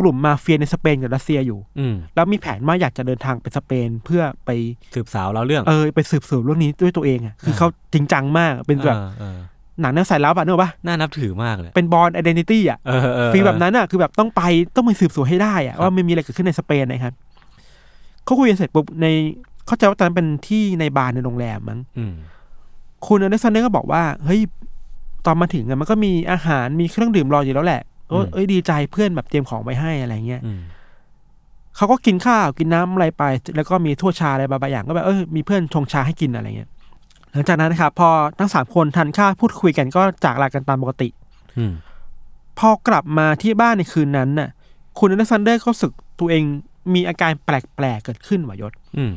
Speaker 3: กลุ่มมาเฟียในสเปนกับรัสเซียอยู่
Speaker 2: อืม
Speaker 3: แล้วมีแผนว่าอยากจะเดินทางไปสเปนเพื่อไป
Speaker 2: สืบสาวเราเรื่อง
Speaker 3: เออไปสืบสวนเรื่องนี้ด้วยตัวเองอะคือเขาจริงจังมาก เป็นแบบ
Speaker 2: เออเออ
Speaker 3: หนังแนวสายลับอะนึกออกปะ
Speaker 2: น่านับถือมากเลย
Speaker 3: เป็นบอลไอดีนิตี้อะ
Speaker 2: เออเออเออ
Speaker 3: ฟีลแบบนั้นอ่ะคือแบบต้องไปต้องไปสืบสวนให้ได้อ่ะว่ามันมีอะไรเกิดขึ้นในสเปนนะครับเขาคุยกันเสร็จปุ๊บในเข้าใจว่าตอนนั้นเป็นที่ในบาร์ในโรงแรมมั้ง
Speaker 2: อืม
Speaker 3: คุณอเล็กซานเดอร์ก็บอกว่า เฮ้ย ตอนมาถึงอะมันก็มีอาหารมีเครื่องดื่มรออยู่แล้วแหละเออเอ้ยดีใจเพื่อนแบบเตรียมของไว้ให้อะไรเงี้ย
Speaker 2: อืม
Speaker 3: เขาก็กินข้าวกินน้ำอะไรไป แล้วก็มีถ้วยชาอะไรบางๆอย่างก็แบบเออมีเพื่อนชงชาให้กินอะไรเงี้ยหลังจากนั้นนะครับพอทั้งสามคนทานข้าวพูดคุยกันก็จากลากันตามปกติ
Speaker 2: อืม
Speaker 3: พอกลับมาที่บ้านในคืนนั้นน่ะ คุณอเล็กซานเดอร์ก็รู้สึกตัวเองมีอาการแปลกๆเกิดขึ้นหวะยศ
Speaker 2: อืม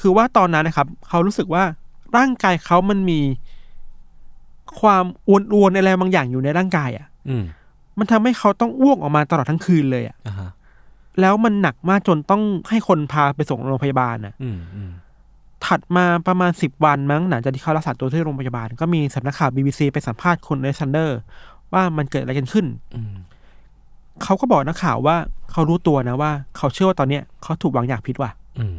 Speaker 3: คือว่าตอนนั้นนะครับ เขารู้สึกว่าร่างกายเขามันมีความอ้วนๆอะไรบางอย่างอยู่ในร่างกายอะ่ะ
Speaker 2: อืม
Speaker 3: มันทำให้เขาต้องอ้วกออกมาตลอดทั้งคืนเลยอะ่ะ
Speaker 2: อ่าฮะ
Speaker 3: แล้วมันหนักมากจนต้องให้คนพาไปส่งโรงพยาบาลน่ะ
Speaker 2: อืมอืม
Speaker 3: ถัดมาประมาณสิบวันมั้งหลังจากที่เขารักษาตัวที่โรงพยาบาล ก็มีสำนักข่าวบีบีซีไปสัมภาษณ์คุณอเล็กซานเดอร์ ว่ามันเกิดอะไรกันขึ้น
Speaker 2: อืม
Speaker 3: เขาก็บอกนักข่าวว่าเขารู้ตัวนะว่า เขาเชื่อว่าตอนเนี้ยเขาถูกวางยาพิษว่ะ
Speaker 2: อืม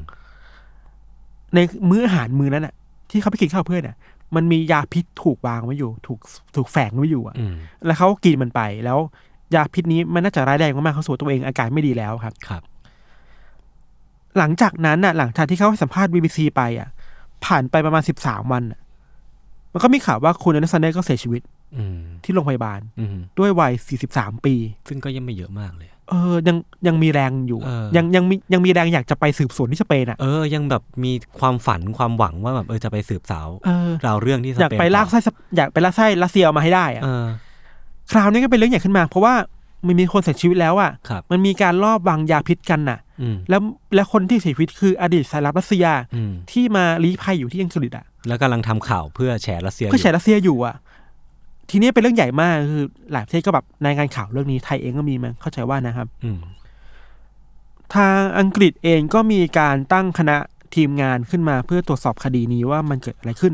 Speaker 3: ในมื้ออาหารมื้อนั้นน่ะ ที่เขาไปกินข้าวกับเพื่อนน่ะ มันมียาพิษถูกวางไว้อยู่ ถูกถูกแฝงไว้อยู่อะ
Speaker 2: อืม
Speaker 3: แล้วเขาก็กินมันไป แล้วยาพิษนี้มันน่าจะร้ายแรงมากๆเขาสูดตัวเองอาการไม่ดีแล้วครับ
Speaker 2: ครับ
Speaker 3: หลังจากนั้นน่ะ หลังจากที่เขาให้สัมภาษณ์บีบีซีไปอ่ะ ผ่านไปประมาณสิบสามวันน่ะมันก็มีข่าวว่าคุณอเล็กซานเดอร์ก็เสียชีวิต
Speaker 2: อืม
Speaker 3: ที่โรงพยาบาล
Speaker 2: อืม
Speaker 3: ด้วยวัยสี่สิบสามปี
Speaker 2: ซึ่งก็ยังไม่เยอะมากเลย
Speaker 3: เออ ยังยังมีแรงอยู่อะ
Speaker 2: เออ
Speaker 3: ยังยังมียังมีแรงอยากจะไปสืบสวนที่สเปนอ่ะ
Speaker 2: เออ ยังแบบมีความฝันความหวังว่าแบบเออจะไปสืบสาว
Speaker 3: เออ
Speaker 2: ราวเรื่องที่ส
Speaker 3: อยาก
Speaker 2: เน
Speaker 3: ไปลากไส้สเปอยากไปลากไส้รัสเซียมาให้ได้อะ
Speaker 2: เออ
Speaker 3: คราวนี้ก็เป็นเรื่องใหญ่ขึ้นมา เพราะว่ามันมีคนเสียชีวิตแล้วอะ
Speaker 2: ครับ
Speaker 3: มันมีการลอบวางยาพิษกันน่ะ
Speaker 2: อืม
Speaker 3: แล้วและคนที่เสียชีวิตคืออดีตสายลับรัสเซีย
Speaker 2: อืม
Speaker 3: ที่มาลี้ภัยอยู่ที่อังกฤษอะ
Speaker 2: แล้วกำลังทำข่าวเพื่อแชร์รัสเซีย
Speaker 3: เพื่อแช
Speaker 2: ยู่
Speaker 3: ร์รัสเซียอยู่อะทีนี้เป็นเรื่องใหญ่มากคือหลายประเทศก็แบบรายงานข่าวเรื่องนี้ไทยเองก็มีมันเข้าใจว่านะครับ
Speaker 2: อืม
Speaker 3: ทางอังกฤษเองก็มีการตั้งคณะทีมงานขึ้นมาเพื่อตรวจสอบคดีนี้ว่ามันเกิดอะไรขึ้น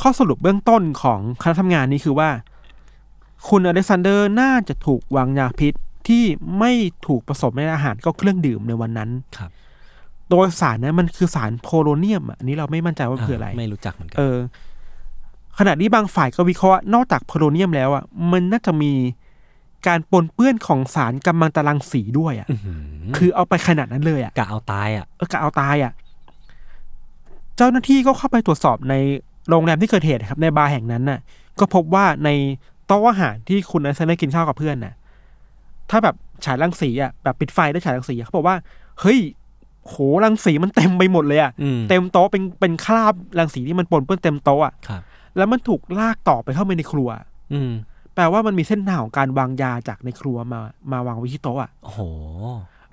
Speaker 3: ข้อสรุปเบื้องต้นของคณะทำงานนี้คือว่า คุณอเล็กซานเดอร์น่าจะถูกวางยาพิษที่ไม่ถูกผสมในอาหารก็เครื่องดื่มในวันนั้น
Speaker 2: ครับ
Speaker 3: โดยสารนั้นมันคือสารโพโลเนียมอะอันนี้เราไม่มั่นใจว่ามันคืออะไร
Speaker 2: าไม่รู้จักเหมือนกั
Speaker 3: เออ ขณะที่บางฝ่ายก็วิเคราะห์ว่านอกจากโพโลเนียมแล้วอ่ะ มันน่าจะมีการปนเปื้อนของสารกัมมันตรังสีด้วยอ่ะ
Speaker 2: หืม
Speaker 3: คือเอาไปขนาดนั้นเลยอ่ะ
Speaker 2: กะเอาตายอ่ะ
Speaker 3: เออกะเอาตายอ่ะ เจ้าหน้าที่ก็เข้าไปตรวจสอบในโรงแรมที่เกิดเหตุครับ ในบาร์แห่งนั้นน่ะ ก็พบว่าในโต๊ะอาหารที่คุณไอซ์เนอร์กินข้าวกับเพื่อนน่ะ ถ้าแบบฉายรังสีอ่ะแบบปิดไฟได้ฉายรังสีอะเขาบอกว่า เฮ้ยโหรังสีมันเต็มไปหมดเลยอ่ะ
Speaker 2: อืม
Speaker 3: เต็มโต๊ะเป็นเป็นคราบรังสีที่มันปนเปื้อนเต็มโต๊ะอ่ะ
Speaker 2: ครับ
Speaker 3: แล้วมันถูกลากต่อไปเข้าไปในครัว
Speaker 2: อืม
Speaker 3: แปลว่ามันมีเส้นทางของการวางยาจากในครัวมามาวางไว้ที่โต๊ะอ่ะ
Speaker 2: โอ้โห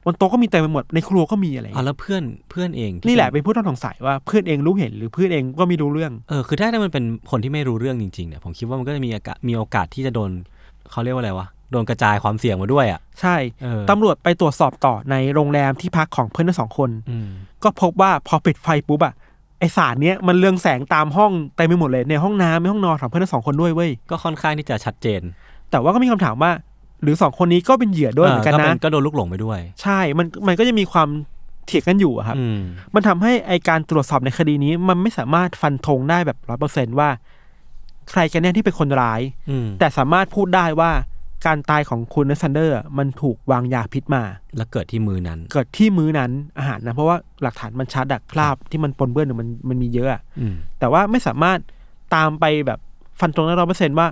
Speaker 3: บนโต๊ะก็มีเต็มไปหมดในครัวก็มีอะไรอย่างเงี้ย
Speaker 2: เอาแล้วเพื่อนเพื่อนเองที่
Speaker 3: นี่แหละเป็นผู้ต้องสงสัยว่าเพื่อนเองรู้เห็นหรือเพื่อนเองก็ไม่รู้เรื่อง
Speaker 2: เออคือถ้ามันเป็นคนที่ไม่รู้เรื่องจริงๆเนี่ยผมคิดว่ามันก็จะมีอากาศมีโอกาสที่จะโดนเขาเรียกว่าอะไรวะโดนกระจายความเสี่ยงมาด้วยอ่ะ
Speaker 3: ใช่
Speaker 2: เออ
Speaker 3: ตำรวจไปตรวจสอบต่อในโรงแรมที่พักของเพื่อนทั้งสองคน
Speaker 2: อืม
Speaker 3: ก็พบว่าพอปิดไฟปุ๊บอะไอสารเนี้ยมันเรืองแสงตามห้องเต็มไปหมดเลยในห้องน้ำในห้องนอนของเพื่อนทั้งสองคนด้วยเว้ย
Speaker 2: ก็ค่อนข้างที่จะชัดเจน
Speaker 3: แต่ว่าก็มีคำถามว่า หรือสองคนนี้ก็เป็นเหยื่อด้วยเหมือนกัน
Speaker 2: ป็
Speaker 3: นะ
Speaker 2: ก็โดนลูกหลงไปด้วย
Speaker 3: ใช่มันมันก็จะมีความเถียงกันอยู่อะครับ
Speaker 2: อืม
Speaker 3: มันทำให้ไอการตรวจสอบในคดีนี้ มันไม่สามารถฟันธงได้แบบร้อยเปอร์เซนว่า ใครกันแน่ที่เป็นคนร้าย
Speaker 2: อืม
Speaker 3: แต่สามารถพูดได้ว่า การตายของคุณนัสซันเดอร์อะมันถูกวางยาพิษมา
Speaker 2: แล้วเกิดที่มือนั้น
Speaker 3: เกิดที่มื้อนั้นอาหารนะเพราะว่าหลักฐานมันชัดอะคราบที่มันปนเปื้อนอยู่มันมันมีเยอะอะ
Speaker 2: อืม
Speaker 3: แต่ว่าไม่สามารถตามไปแบบฟันตรงได้ร้อยเปอร์เซนต์ว่า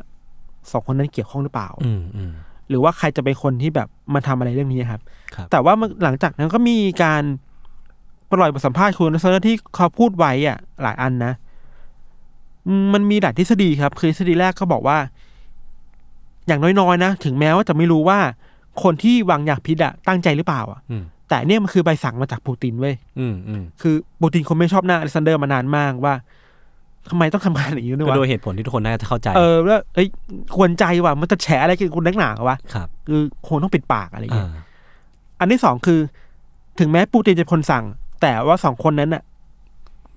Speaker 3: สองคนนั้นเกี่ยวข้องหรือเปล่า
Speaker 2: อืมอืม
Speaker 3: หรือว่าใครจะเป็นคนที่แบบมาทำอะไรเรื่องนี้ครับ
Speaker 2: ครับ
Speaker 3: แต่ว่ามันหลังจากนั้นก็มีการปล่อยบทสัมภาษณ์คุณนัสเซอร์ที่เขาพูดไว้อะหลายอันนะอืมมันมีหลายทฤษฎีครับ คือทฤษฎีแรกก็บอกว่า อย่างน้อยๆนะถึงแม้ว่าจะไม่รู้ว่า คนที่วางยาพิษอะตั้งใจหรือเปล่าอะ
Speaker 2: อืม
Speaker 3: แต่เนี่ยมันคือใบสั่งมาจากปูตินเว้ย
Speaker 2: อืมอืม
Speaker 3: คือปูตินคงไม่ชอบหน้าอเล็กซานเดอร์มานานมากว่าทำไมต้องทำงานอย่างนี้ด้วย
Speaker 2: ก็
Speaker 3: วะ
Speaker 2: โดยเหตุผลที่ทุกคนน่าจะเข้าใจ
Speaker 3: เออแล้วเอ้ยควรใจว่ะมันจะแฉอะไรกันคุณนักหนาวะ
Speaker 2: ครับ
Speaker 3: คือคงต้องปิดปากอะไรอย่างเงี้ย
Speaker 2: อ่า
Speaker 3: อันที่สองคือ ถึงแม้ปูตินจะเป็นคนสั่ง แต่ว่าสองคนนั้นน่ะ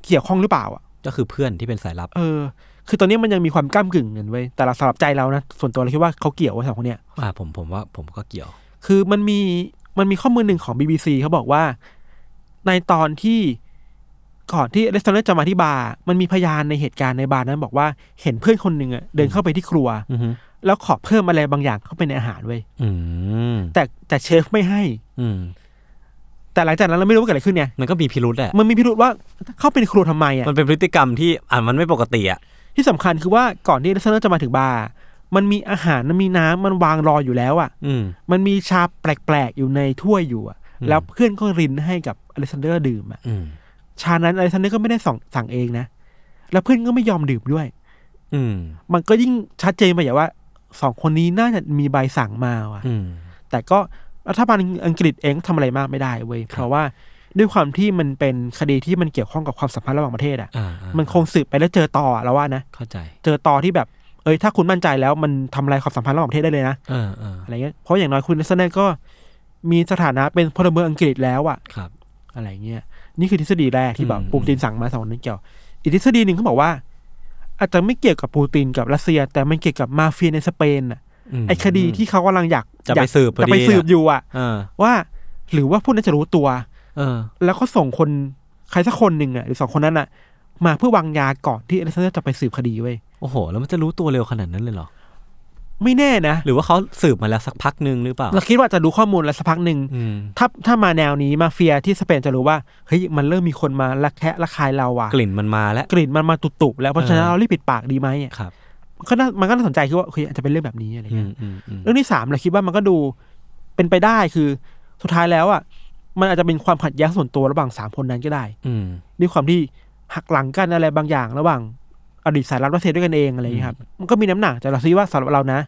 Speaker 3: เกี่ยวข้องหรือเปล่าอ่ะ
Speaker 2: ก็คือเพื่อนที่เป็นสายลับ
Speaker 3: เออ คือตอนนี้มันยังมีความก้ามกึ่งกันเว้ยแต่เราสำหรับใจเรานะส่วนตัวเราคิดว่าเขาเกี่ยวไว้สองคนเนี่ย
Speaker 2: อ่าผมผมว่าผมก็เกี่ยว
Speaker 3: คือมันมีมันมีข้อมูลหนึ่งของ BBC เขาบอกว่า ในตอนที่ก่อนที่เลสเตอร์จะมาที่บาร์มันมีพยานในเหตุการณ์ในบาร์นั้นบอกว่าเห็นเพื่อนคนหนึ่งอะเดินเข้าไปที่ครัว
Speaker 2: อืม
Speaker 3: แล้วขอเพิ่มอะไรบางอย่างเข้าไปในอาหารเว้ย
Speaker 2: อืม
Speaker 3: แต่แต่เชฟไม่ให้
Speaker 2: อืม
Speaker 3: แต่หลังจากนั้นเราไม่รู้ว่าเกิดอะไรขึ้นเนี่ย
Speaker 2: มันก็มีพิรุธแหละ
Speaker 3: มันมีพิรุธว่าเข้าไปในครัวทำไมอ่ะ
Speaker 2: มันเป็นพฤติกรรมที่อ่ามันไม่ปกติอ่ะ
Speaker 3: ที่สำคัญคือว่าก่อนที่เลสเตอร์จะมาถึงบาร์มันมีอาหารมันมีน้ำมันวางรออยู่แล้วอะ่ะ
Speaker 2: อืม
Speaker 3: มันมีชาแปลกๆอยู่ในถ้วยอยู่อะ
Speaker 2: อืม
Speaker 3: แล้วเพื่อนก็รินให้กับอเลสซานเดอร์ดื่มอะ
Speaker 2: อืม
Speaker 3: ชานั้นอเลสซานเดอร์ก็ไม่ได้สั่งสั่งเองนะ แล้วเพื่อนก็ไม่ยอมดื่มด้วย
Speaker 2: อืม
Speaker 3: มันก็ยิ่งชัดเจนไปอย่างว่าสองคนนี้น่าจะมีใบสั่งมาว่ะ
Speaker 2: อืม
Speaker 3: แต่ก็รัฐบาลอังกฤษเองทำอะไรมากไม่ได้เว้ย เพราะว่าด้วยความที่มันเป็นคดีที่มันเกี่ยวข้องกับความสัมพันธ์ระหว่างประเทศอะ
Speaker 2: อ่าอ่า
Speaker 3: มันคงสืบไปแล้วเจอต่อแล้วว่านะ
Speaker 2: เข้าใจ
Speaker 3: เจอตอที่แบบ เอ้ย ถ้าคุณมั่นใจแล้วมันทำลายความสัมพันธ์ระหว่างประเทศได้เลยนะ
Speaker 2: เออเออ
Speaker 3: อะไรเงี้ย เพราะอย่างน้อยคุณเลสเนอร์ก็มีสถานะเป็นพลเมืองอังกฤษแล้วอะ
Speaker 2: ครับ
Speaker 3: อะไรเงี้ย นี่คือทฤษฎีแรกที่แบบ
Speaker 2: อืม
Speaker 3: ปูตินสั่งมาสองคนนั้นเกี่ยว อีกทฤษฎีหนึ่งเขาบอกว่า อาจจะไม่เกี่ยวกับปูตินกับรัสเซีย แต่มันเกี่ยวกับมาเฟียในสเปนอะ
Speaker 2: ม
Speaker 3: ไอคดีที่เขากำลังอยาก
Speaker 2: จะ
Speaker 3: อยา
Speaker 2: ไป
Speaker 3: ก
Speaker 2: สืบพอดี
Speaker 3: จะไปสืบ
Speaker 2: อะ
Speaker 3: อยู่อะ
Speaker 2: เออ
Speaker 3: ว่า หรือว่าพวกนั้นจะรู้ตัว
Speaker 2: เออ
Speaker 3: แล้วก็ส่งคนใครสักคนหนึ่งอะหรือสองคนนั้นอะมาเพื่อวางยาก่อนที่อเล็กซานเดอร์จะไปสืบคดีเว้ย
Speaker 2: โอ้โห แล้วมันจะรู้ตัวเร็วขนาดนั้นเลยเหรอ
Speaker 3: ไม่แน่นะ
Speaker 2: หรือว่าเขาสืบมาแล้วสักพักหนึ่งหรือเปล่า
Speaker 3: เราคิดว่าจะรู้ข้อมูลแล้วสักพักหนึ่ง
Speaker 2: อืม
Speaker 3: ถ้าถ้ามาแนวนี้มาเฟียที่สเปนจะรู้ว่าเฮ้ยมันเริ่มมีคนมาละแคะละคายเราอ่ะ
Speaker 2: กลิ่นมันมาแล้ว
Speaker 3: กลิ่นมันมาตุบๆแล้วเพราะฉะนั้น
Speaker 2: เออ
Speaker 3: เรารีบปิดปากดีไหมอ่ะ
Speaker 2: ครับ
Speaker 3: มันก็น่ามันก็น่าสนใจคือว่าเฮ้ยอาจจะเป็นเรื่องแบบนี้อะไร
Speaker 2: อื
Speaker 3: เงี้
Speaker 2: ม
Speaker 3: ย
Speaker 2: อืมอืม
Speaker 3: เรื่องที่สามเราคิดว่ามันก็ดูเป็นไปได้คือสุดท้ายแล้วอ่ะมันอาจจะเป็นความขัดแย้งส่วนตัวระหว่างสามคนนั้นก็ได้
Speaker 2: อืม
Speaker 3: ด้วยความที่หักหลังกันอะไรบางอย่างระหว่างอดีตสายลับรัสเซียด้วยกันเองอะไรเงี้ยครับมันก็มีน้ำหนักแต่เราคิดว่าสำหรับเรานะ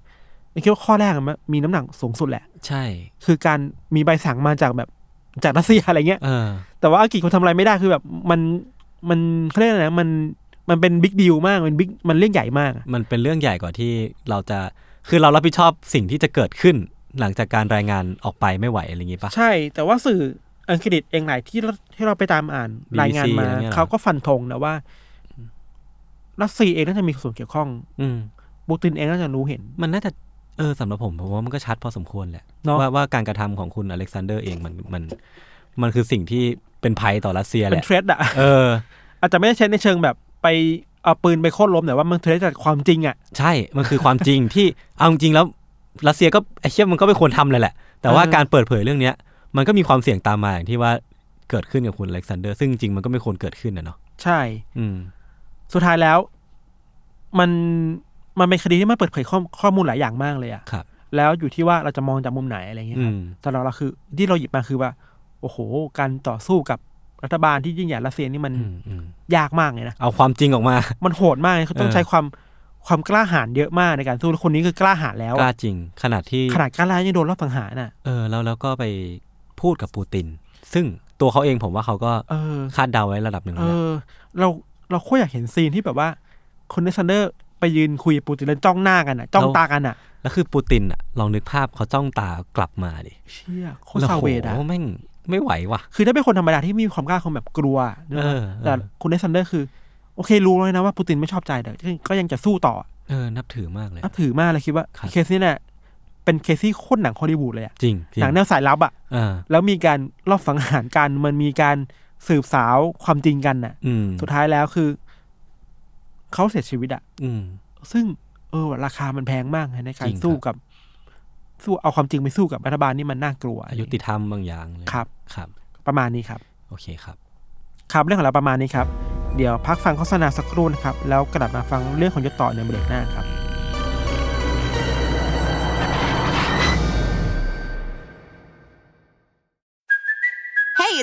Speaker 3: เราคิดว่าข้อแรกอะมันมีน้ำหนักสูงสุดแหละ
Speaker 2: ใช่
Speaker 3: คือการมีใบสั่งมาจากแบบจากรัสเซียอะไรเงี้ย
Speaker 2: เออ
Speaker 3: แต่ว่าอังกฤษเขาทำอะไรไม่ได้คือแบบมันมันเขาเรียกอะไรนะมันมันเป็นบิ๊กดีลมากมันบิ๊กมันเรื่องใหญ่มากอะ
Speaker 2: มันเป็นเรื่องใหญ่กว่าที่เราจะ คือเรารับผิดชอบสิ่งที่จะเกิดขึ้น หลังจากการรายงานออกไปไม่ไหวอะไรอย่างงี้ปะ
Speaker 3: ใช่ แต่ว่าสื่ออังกฤษเองหลายที่เราที่เราไปตามอ่าน
Speaker 2: BBC
Speaker 3: รายงานมา
Speaker 2: อะไรเงี้ยเหรอ
Speaker 3: เขาก็ฟันธงนะว่ารัสเซียเองน่าจะมีส่วนเกี่ยวข้อง
Speaker 2: อืม
Speaker 3: ปูตินเองน่าจะรู้เห็น
Speaker 2: มันน่าจะ เออสำหรับผมผมว่ามันก็ชัดพอสมควรแหละ
Speaker 3: เนอะ
Speaker 2: ว่าว่าการกระทำของคุณอเล็กซานเดอร์เองมันมัน มันคือสิ่งที่เป็นภัยต่อรัสเซียแห
Speaker 3: เป็น
Speaker 2: ละ
Speaker 3: เทรดอะ
Speaker 2: เออ
Speaker 3: อาจจะไม่ได้เช็ดในเชิงแบบไปเอาปืนไปโค่นล้มแต่ว่ามันเทรดจากความจริงอะ
Speaker 2: ใช่ มันคือความจริง ที่เอาจริงๆแล้วรัสเซียก็ไอเชี่ยมันก็ไม่ควรทำเลยแหละ แต่ว่า
Speaker 3: เออ
Speaker 2: การเปิดเผยเรื่องเนี้ย มันก็มีความเสี่ยงตามมาอย่างที่ว่าเกิดขึ้นกับคุณอเล็กซานเดอร์ซึ่งจริงๆมันก็ไม่ควรเกิดขึ้นนะเนาะ
Speaker 3: ใช่
Speaker 2: อืม
Speaker 3: สุดท้ายแล้ว มันมันเป็นคดีที่มันเปิดเผยข้อข้อมูลหลายอย่างมากเลยอะ
Speaker 2: ครับ
Speaker 3: แล้วอยู่ที่ว่าเราจะมองจากมุมไหนอะไรเงี้ย
Speaker 2: อื
Speaker 3: ครับ
Speaker 2: ม
Speaker 3: แต่เราเราคือ ที่เราหยิบมาคือว่า โอ้โห การต่อสู้กับรัฐบาลที่ยิ่งใหญ่รัสเซียนี่มัน
Speaker 2: อืมอืม
Speaker 3: ยากมากเลยนะ
Speaker 2: เอาความจริงออกมา
Speaker 3: มันโหดมากเลยเขาต้อง
Speaker 2: เออ
Speaker 3: ใช้ความความกล้าหาญเยอะมากในการสู้แล้วคนนี้คือกล้าหาญแล้ว
Speaker 2: กล้า
Speaker 3: อะ
Speaker 2: จริง ขนาดที่
Speaker 3: ขนาดกล้าร้ายยังโดนรอบสังหารน่ะ
Speaker 2: เออแล้วแล้วก็ไปพูดกับปูติน ซึ่งตัวเขาเองผมว่าเขาก็
Speaker 3: เออ
Speaker 2: คาดเดาไว้ระดับหนึ่ง
Speaker 3: เอ
Speaker 2: แล้วแหละ
Speaker 3: อ เราเราโคตรอยากเห็นซีนที่แบบว่าคนเนซันเดอร์ไปยืนคุยกับปูตินแล้วจ้องหน้ากันอะจ้องตากันอะ
Speaker 2: แล้วคือปูตินอะลองนึกภาพเขาจ้องตากลับมาดิ
Speaker 3: เชี่ยโคตรซาเวดอะ
Speaker 2: โโหแม่งไม่ไหวว่ะ
Speaker 3: คือถ้าเป็นคนธรรมดาที่มีความกล้าคงแบบกลัวนึกออก
Speaker 2: เอ
Speaker 3: ปะ
Speaker 2: อเออ
Speaker 3: แต่คุณเดซันเดอร์คือ โอเครู้เลยนะว่าปูตินไม่ชอบใจแต่ก็ยังจะสู้ต่อ
Speaker 2: เออนับถือมากเลย
Speaker 3: นับถือมากเลยคิดว่า
Speaker 2: ครับ
Speaker 3: เคสนี้เนี่ยเป็นเคสที่โคตรหนังฮอลลีวูดเลยอะ
Speaker 2: จริงจริง
Speaker 3: หนังแนวสายลับอะ
Speaker 2: เออ
Speaker 3: แล้วมีการรอบสังหารกันมันมีการสืบสาวความจริงกันน่ะ
Speaker 2: อืม
Speaker 3: สุดท้ายแล้วคือเขาเสียชีวิตอะ
Speaker 2: อืม
Speaker 3: ซึ่งเออราคามันแพงมากนะในกา
Speaker 2: จริ
Speaker 3: รง
Speaker 2: ครับ
Speaker 3: สู้กับ สู้เอาความจริงไปสู้กับรัฐบาลนี่มันน่ากลัว
Speaker 2: อายุติธรรมบางอย่างเลย
Speaker 3: ครับ
Speaker 2: ครับ
Speaker 3: ประมาณนี้ครับ
Speaker 2: โอเคครับ
Speaker 3: ครับเรื่องของเราประมาณนี้ครับ เดี๋ยวพักฟังโฆษณาสักครู่นะครับ แล้วกลับมาฟังเรื่องของยศต่อในเบรกหน้าครับ
Speaker 4: Hey,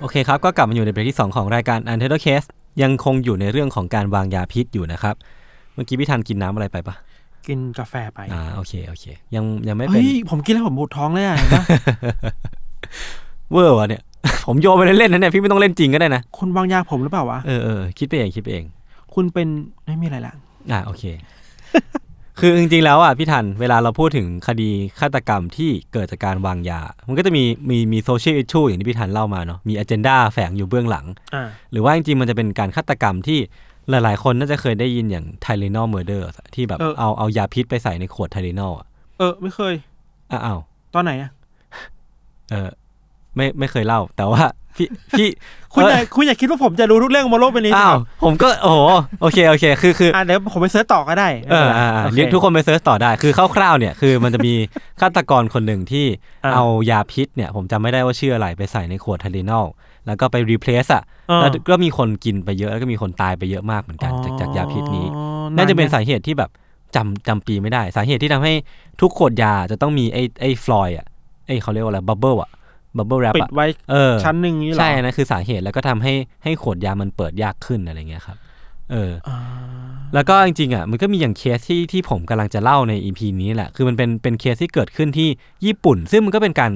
Speaker 2: โอเคครับ ก็กลับมาอยู่ในเบรกที่ 2 ของรายการ u n t i t l e d Case ยังคงอยู่ในเรื่องของการวางยาพิษอยู่นะครับ เมื่อกี้พี่ทันกินน้ำอะไรไปปะ
Speaker 3: กินกาแฟไป
Speaker 2: อ่าโอเคโอเค ยังยังไม่เป็น
Speaker 3: เฮ้ยผมกินแล้วผมปวดท้องเลยอ่ะเห็นปะ
Speaker 2: เวอร์วะเนี่ย ผมโยนไปเล่นๆนะเนี่ยพี่ไม่ต้องเล่นจริงก็ได้นะ
Speaker 3: คุณวางยาผมหรือเปล่าวะ
Speaker 2: เออเออคิดไปเองคิดไปเอง
Speaker 3: คุณเป็นไม่มีอะไรละ
Speaker 2: อ่า โอเค คือจริงๆแล้วอ่ะพี่ทันเวลาเราพูดถึงคดีฆาตกรรมที่เกิดจากการวางยา มันก็จะมีมีมีโซเชียลอิชชูอย่างที่พี่ทันเล่ามาเนาะมีอเจนดาแฝงอยู่เบื้องหลัง
Speaker 3: อ่า
Speaker 2: หรือว่าจริงๆมันจะเป็นการฆาตกรรมที่หลายๆ คนน่าจะเคยได้ยินอย่างไทเลนอลเมอร์เดอร์ที่แบบเอาเอายาพิษไปใส่ในขวดไทเลนอลอ่ะ
Speaker 3: เออ ไม่เคย
Speaker 2: อะอ้าว
Speaker 3: ตอนไหนอ่ะ
Speaker 2: เออไม่ไม่เคยเล่า แต่ว่าพี่พี่
Speaker 3: คุณอย่า
Speaker 2: เ
Speaker 3: คุณอย่าคิดว่าผมจะรู้ทุกเรื่องบนโลกใบ
Speaker 2: อ
Speaker 3: นี้
Speaker 2: ออ้าวผมก็โอ้โหโอเคโอเคคือคือ
Speaker 3: อ่ะเดี๋ยวผมไปเสิร์ชต่อก็ได้
Speaker 2: เออ
Speaker 3: ไม่ป็นไร
Speaker 2: อ่า
Speaker 3: โอ
Speaker 2: ๆ
Speaker 3: เ
Speaker 2: เรียกทุกคนไปเซิร์ชต่อได้ คือคร่าวๆเนี่ย คือมันจะมี ฆาตกรคนหนึ่งที่
Speaker 3: อ่า
Speaker 2: เอายาพิษเนี่ย ผมจำไม่ได้ว่าชื่ออะไรไปใส่ในขวดไทเลนอลแล้วก็ไปรีเพลสอ่ะ
Speaker 3: อ่า
Speaker 2: แล้วก็มีคนกินไปเยอะ แล้วก็มีคนตายไปเยอะมากเหมือนกัน จากจากยาพิษนี้
Speaker 3: อ๋อ
Speaker 2: น่าจะเป็น
Speaker 3: ย
Speaker 2: สาเหตุที่แบบจำจำปีไม่ได้ สาเหตุที่ทำให้ทุกขวดยาจะต้องมีไอ้ไอ้ฟลอยด์อ่ะไอ้เขาเรียกว่าอะไรบับเบิลอ่ะบับเบิลแรป
Speaker 3: ปิด
Speaker 2: อ่ะ
Speaker 3: ไว้
Speaker 2: เออ
Speaker 3: ชั้นหนึ่งนี่เหรอ
Speaker 2: ใช่อันนะคือสาเหตุแล้วก็ทำให้ให้ขวดยามันเปิดยากขึ้นอะไรเงี้ยครับ เอออแล้วก็จริงๆอ่ะมันก็มีอย่างเคสที่ที่ผมกำลังจะเล่าในอีพีนี้แหละ คือมันเป็นเป็นเคสที่เกิดขึ้นที่ญี่ปุ่น ซึ่งมันก็เป็นการ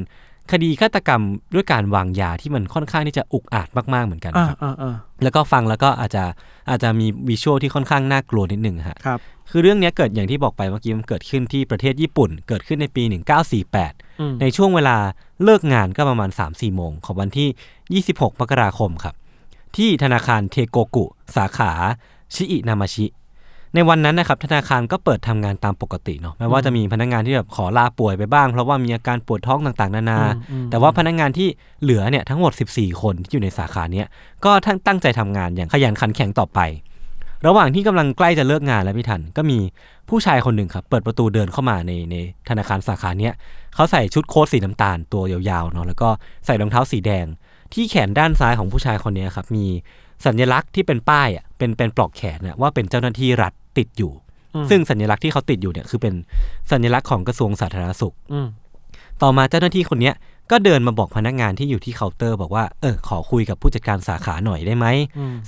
Speaker 2: คดีฆาตกรรมด้วยการวางยาที่มันค่อนข้างที่จะอุกอาจมากๆเหมือนกัน
Speaker 3: อ่า
Speaker 2: ครับ
Speaker 3: อ่าอ่า
Speaker 2: แล้วก็ฟังแล้วก็อาจจะอาจจะมีวิชวลที่ค่อนข้างน่ากลัวนิดนึงฮะ
Speaker 3: ครับ
Speaker 2: คือเรื่องเนี้ยเกิดอย่างที่บอกไปเมื่อกี้มันเกิดขึ้นที่ประเทศญี่ปุ่น เกิดขึ้นในปี
Speaker 3: อืม
Speaker 2: 1948 ในช่วงเวลาเลิกงานก็ประมาณ 3-4 โมงของวันที่ 26 มกราคมครับ ที่ธนาคารเทโกกุ สาขาชิอินามาชิ ในวันนั้นนะครับธนาคารก็เปิดทำงานตามปกติเนาะแม้ว่าจะมีพนักงานที่แบบขอลาป่วยไปบ้าง เพราะว่ามีอาการปวดท้องต่างๆ นานา แต่ว่าพนักงานที่เหลือเนี่ยทั้งหมด 14 คนที่อยู่ในสาขาเนี้ยก็ทั้งตั้งใจทำงานอย่างขยันขันแข็งต่อไป ระหว่างที่กำลังใกล้จะเลิกงานแล้วพี่ทันก็มีผู้ชายคนหนึ่งครับ เปิดประตูเดินเข้ามาในในธนาคารสาขาเนี้ยเขาใส่ชุดโค้ทสีน้ำตาลตัวยาวๆเนาะแล้วก็ใส่รองเท้าสีแดง ที่แขนด้านซ้ายของผู้ชายคนเนี้ยครับ มีสัญลักษณ์ที่เป็นป้ายอ่ะเป็นเป็นปลอกแขนน่ะว่าเป็นเจ้าหน้าที่รัฐติดอยู่ ซึ่งสัญลักษณ์ที่เขาติดอยู่เนี่ยคือเป็นสัญลักษณ์ของกระทรวงสาธารณสุข
Speaker 3: อืม
Speaker 2: ต่อมาเจ้าหน้าที่คนเนี้ยก็เดินมาบอกพนักงานที่อยู่ที่เคาน์เตอร์บอกว่าเออขอคุยกับผู้จัดการสาขาหน่อยได้ไหม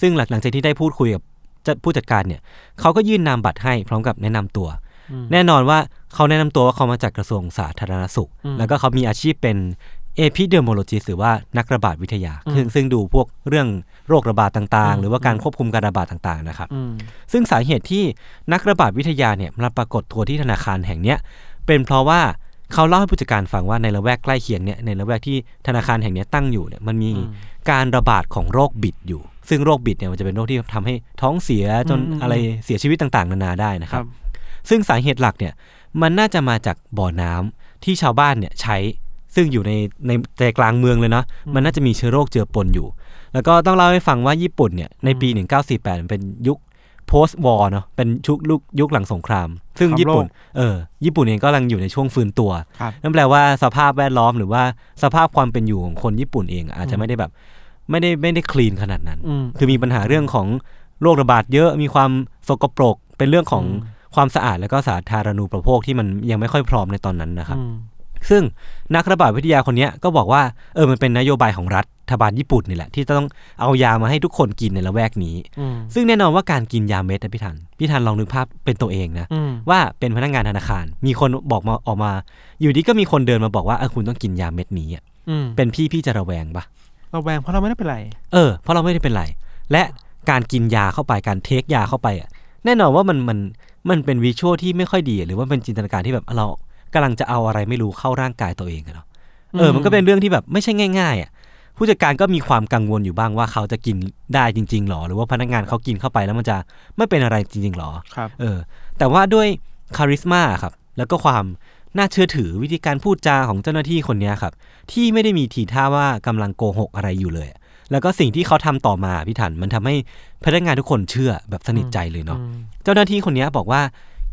Speaker 2: ซึ่งหลังหลังจากที่ได้พูดคุยกับเจ้าผู้จัดการเนี่ยเขาก็ยื่นนามบัตรให้พร้อมกับแนะนำตัว แน่นอนว่าเขาแนะนำตัวว่าเขามาจากกระทรวงสาธารณสุข แล้วก็เขามีอาชีพเป็นเอพิเด o โมโลจีหรือว่านักระบาดวิทยา ซึ่งซึ่งดูพวกเรื่องโรคระบาดต่างๆ หรือว่าการควบคุมการระบาดต่างๆนะครับ
Speaker 3: อืม
Speaker 2: ซึ่งสาเหตุที่นักระบาดวิทยาเนี่ยมาปรากฏตัวที่ธนาคารแห่งเนี้ยเป็นเพราะว่าเขาเล่าให้ผู้จัดการฟังว่าในละแวกใกล้เคียงเนี่ยในละแวกที่ธนาคารแห่งเนี้ยตั้งอยู่เนี่ยมันมีการระบาดของโรคบิดอยู่ ซึ่งโรคบิดเนี่ยมันจะเป็นโรคที่ทำให้ท้องเสียจนอะไรเสียชีวิตต่างๆ นานาได้นะค
Speaker 3: ครั
Speaker 2: รับ บ ซึ่งสาเหตุหลักเนี่ยมันน่าจะมาจากบ่อน้ำที่ชาวบ้านเนี่ยใช้ ซึ่งอยู่ในในใจกลางเมืองเลยเนาะมันน่าจะมีเชื้อโรคเจือปนอยู่ แล้วก็ต้องเล่าให้ฟังว่าญี่ปุ่นเนี่ยในปี 1948มันเป็นยุค post war เนาะเป็นชุกลุกยุคหลังสงคราม ซึ่ง
Speaker 3: สงคราม
Speaker 2: ญี่ปุ่น
Speaker 3: โลก
Speaker 2: เออญี่ปุ่นเองก็กำลังอยู่ในช่วงฟื้นตัว
Speaker 3: ครับ
Speaker 2: นั่นแปลว่าสภาพแวดล้อมหรือว่าสภาพความเป็นอยู่ของคนญี่ปุ่นเองอาจจะไม่ได้แบบ ไม่ได้ไม่ได้คลีนขนาดนั้น
Speaker 3: อืม
Speaker 2: คือมีปัญหาเรื่องของโรคระบาดเยอะมีความสกปรก เป็นเรื่องของความสะอาดแล้วก็สาธารณูปโภคที่มันยังไม่ค่อยพร้อมในตอนนั้นนะครับ ซึ่งนักระบาดวิทยาคนเนี้ยก็บอกว่าเออมันเป็นนโยบายของรัฐบาลญี่ปุ่นนี่แหละ ที่ต้องเอายามาให้ทุกคนกินในละแวกนี้
Speaker 3: อืม
Speaker 2: ซึ่งแน่นอนว่าการกินยาเม็ดนะพี่ทันพี่ทันลองนึกภาพเป็นตัวเองนะ
Speaker 3: อืม
Speaker 2: ว่าเป็นพนักงานธนาคาร มีคนบอกมาออกมา อยู่ดีก็มีคนเดินมาบอกว่าเออคุณต้องกินยาเม็ดนี้อะ
Speaker 3: อืม
Speaker 2: เป็นพี่พี่จะระแวงปะ
Speaker 3: เราแวงเพราะเราไม่ได้เป็นไร
Speaker 2: เออเพราะเราไม่ได้เป็นไร และการกินยาเข้าไปการเทคยาเข้าไปอ่ะแน่นอนว่ามันมันมันเป็นวิชวลที่ไม่ค่อยดี หรือว่าเป็นจินตนาการที่แบบเรากำลังจะเอาอะไรไม่รู้เข้าร่างกายตัวเองอะเนาะเออ
Speaker 3: อืม
Speaker 2: มันก็เป็นเรื่องที่แบบไม่ใช่ง่าย ๆอ่ะผู้จัดการก็มีความกังวลอยู่บ้างว่าเขาจะกินได้จริงๆหรอ หรือว่าพนักงานเขากินเข้าไปแล้วมันจะไม่เป็นอะไรจริงๆหรอ
Speaker 3: ครับ
Speaker 2: เออแต่ว่าด้วยคาริสมาครับ แล้วก็ความน่าเชื่อถือวิธีการพูดจาของเจ้าหน้าที่คนเนี้ยครับ ที่ไม่ได้มีทีท่าว่ากำลังโกหกอะไรอยู่เลย แล้วก็สิ่งที่เขาทำต่อมาพี่ถันมันทำให้พนักงานทุกคนเชื่อแบบสนิทใจเลยเนาะเจ้าหน้าที่คนเนี้ยบอกว่า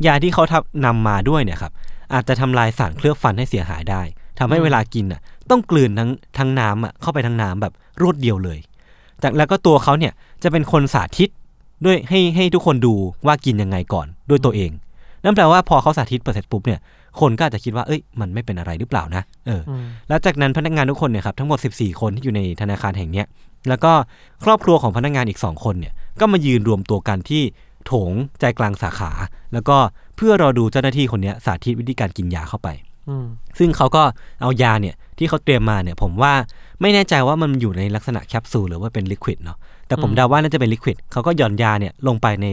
Speaker 2: ยาที่เขาทำนำมาด้วยเนี่ยครับอาจจะทำลายสารเคลือบฟันให้เสียหายได้ทำให้เวลากินอ่ะต้องกลืนทั้งทั้งน้ำอ่ะเข้าไปทั้งน้ำแบบรวดเดียวเลย จากแล้วก็ตัวเขาเนี่ยจะเป็นคนสาธิต ด้วยให้ให้ทุกคนดูว่ากินยังไงก่อนด้วยตัวเอง นั่นแปลว่าพอเขาสาธิตเปิดเสร็จปุ๊บเนี่ยคนก็อาจจะคิดว่าเอ้ยมันไม่เป็นอะไรหรือเปล่านะเอออ
Speaker 3: ม
Speaker 2: แล้วจากนั้นพนักงานทุกคนเนี่ยครับทั้งหมด 14 คนที่อยู่ในธนาคารแห่งเนี้ยแล้วก็ครอบครัวของพนักงานอีก 2 คนเนี่ยก็มายืนรวมตัวกันที่โถงใจกลางสาขา แล้วก็เพื่อรอดูเจ้าหน้าที่คนเนี้ยสาธิตวิธีการกินยาเข้าไป
Speaker 3: อืม
Speaker 2: ซึ่งเขาก็เอายาเนี่ยที่เขาเตรียมมาเนี่ยผมว่าไม่แน่ใจว่ามันอยู่ในลักษณะแคปซูลหรือว่าเป็นลิควิดเนาะแต่ผม
Speaker 3: อืม
Speaker 2: เดาว่าน่าจะเป็นลิควิดเขาก็หย่อนยาเนี่ยลงไปใน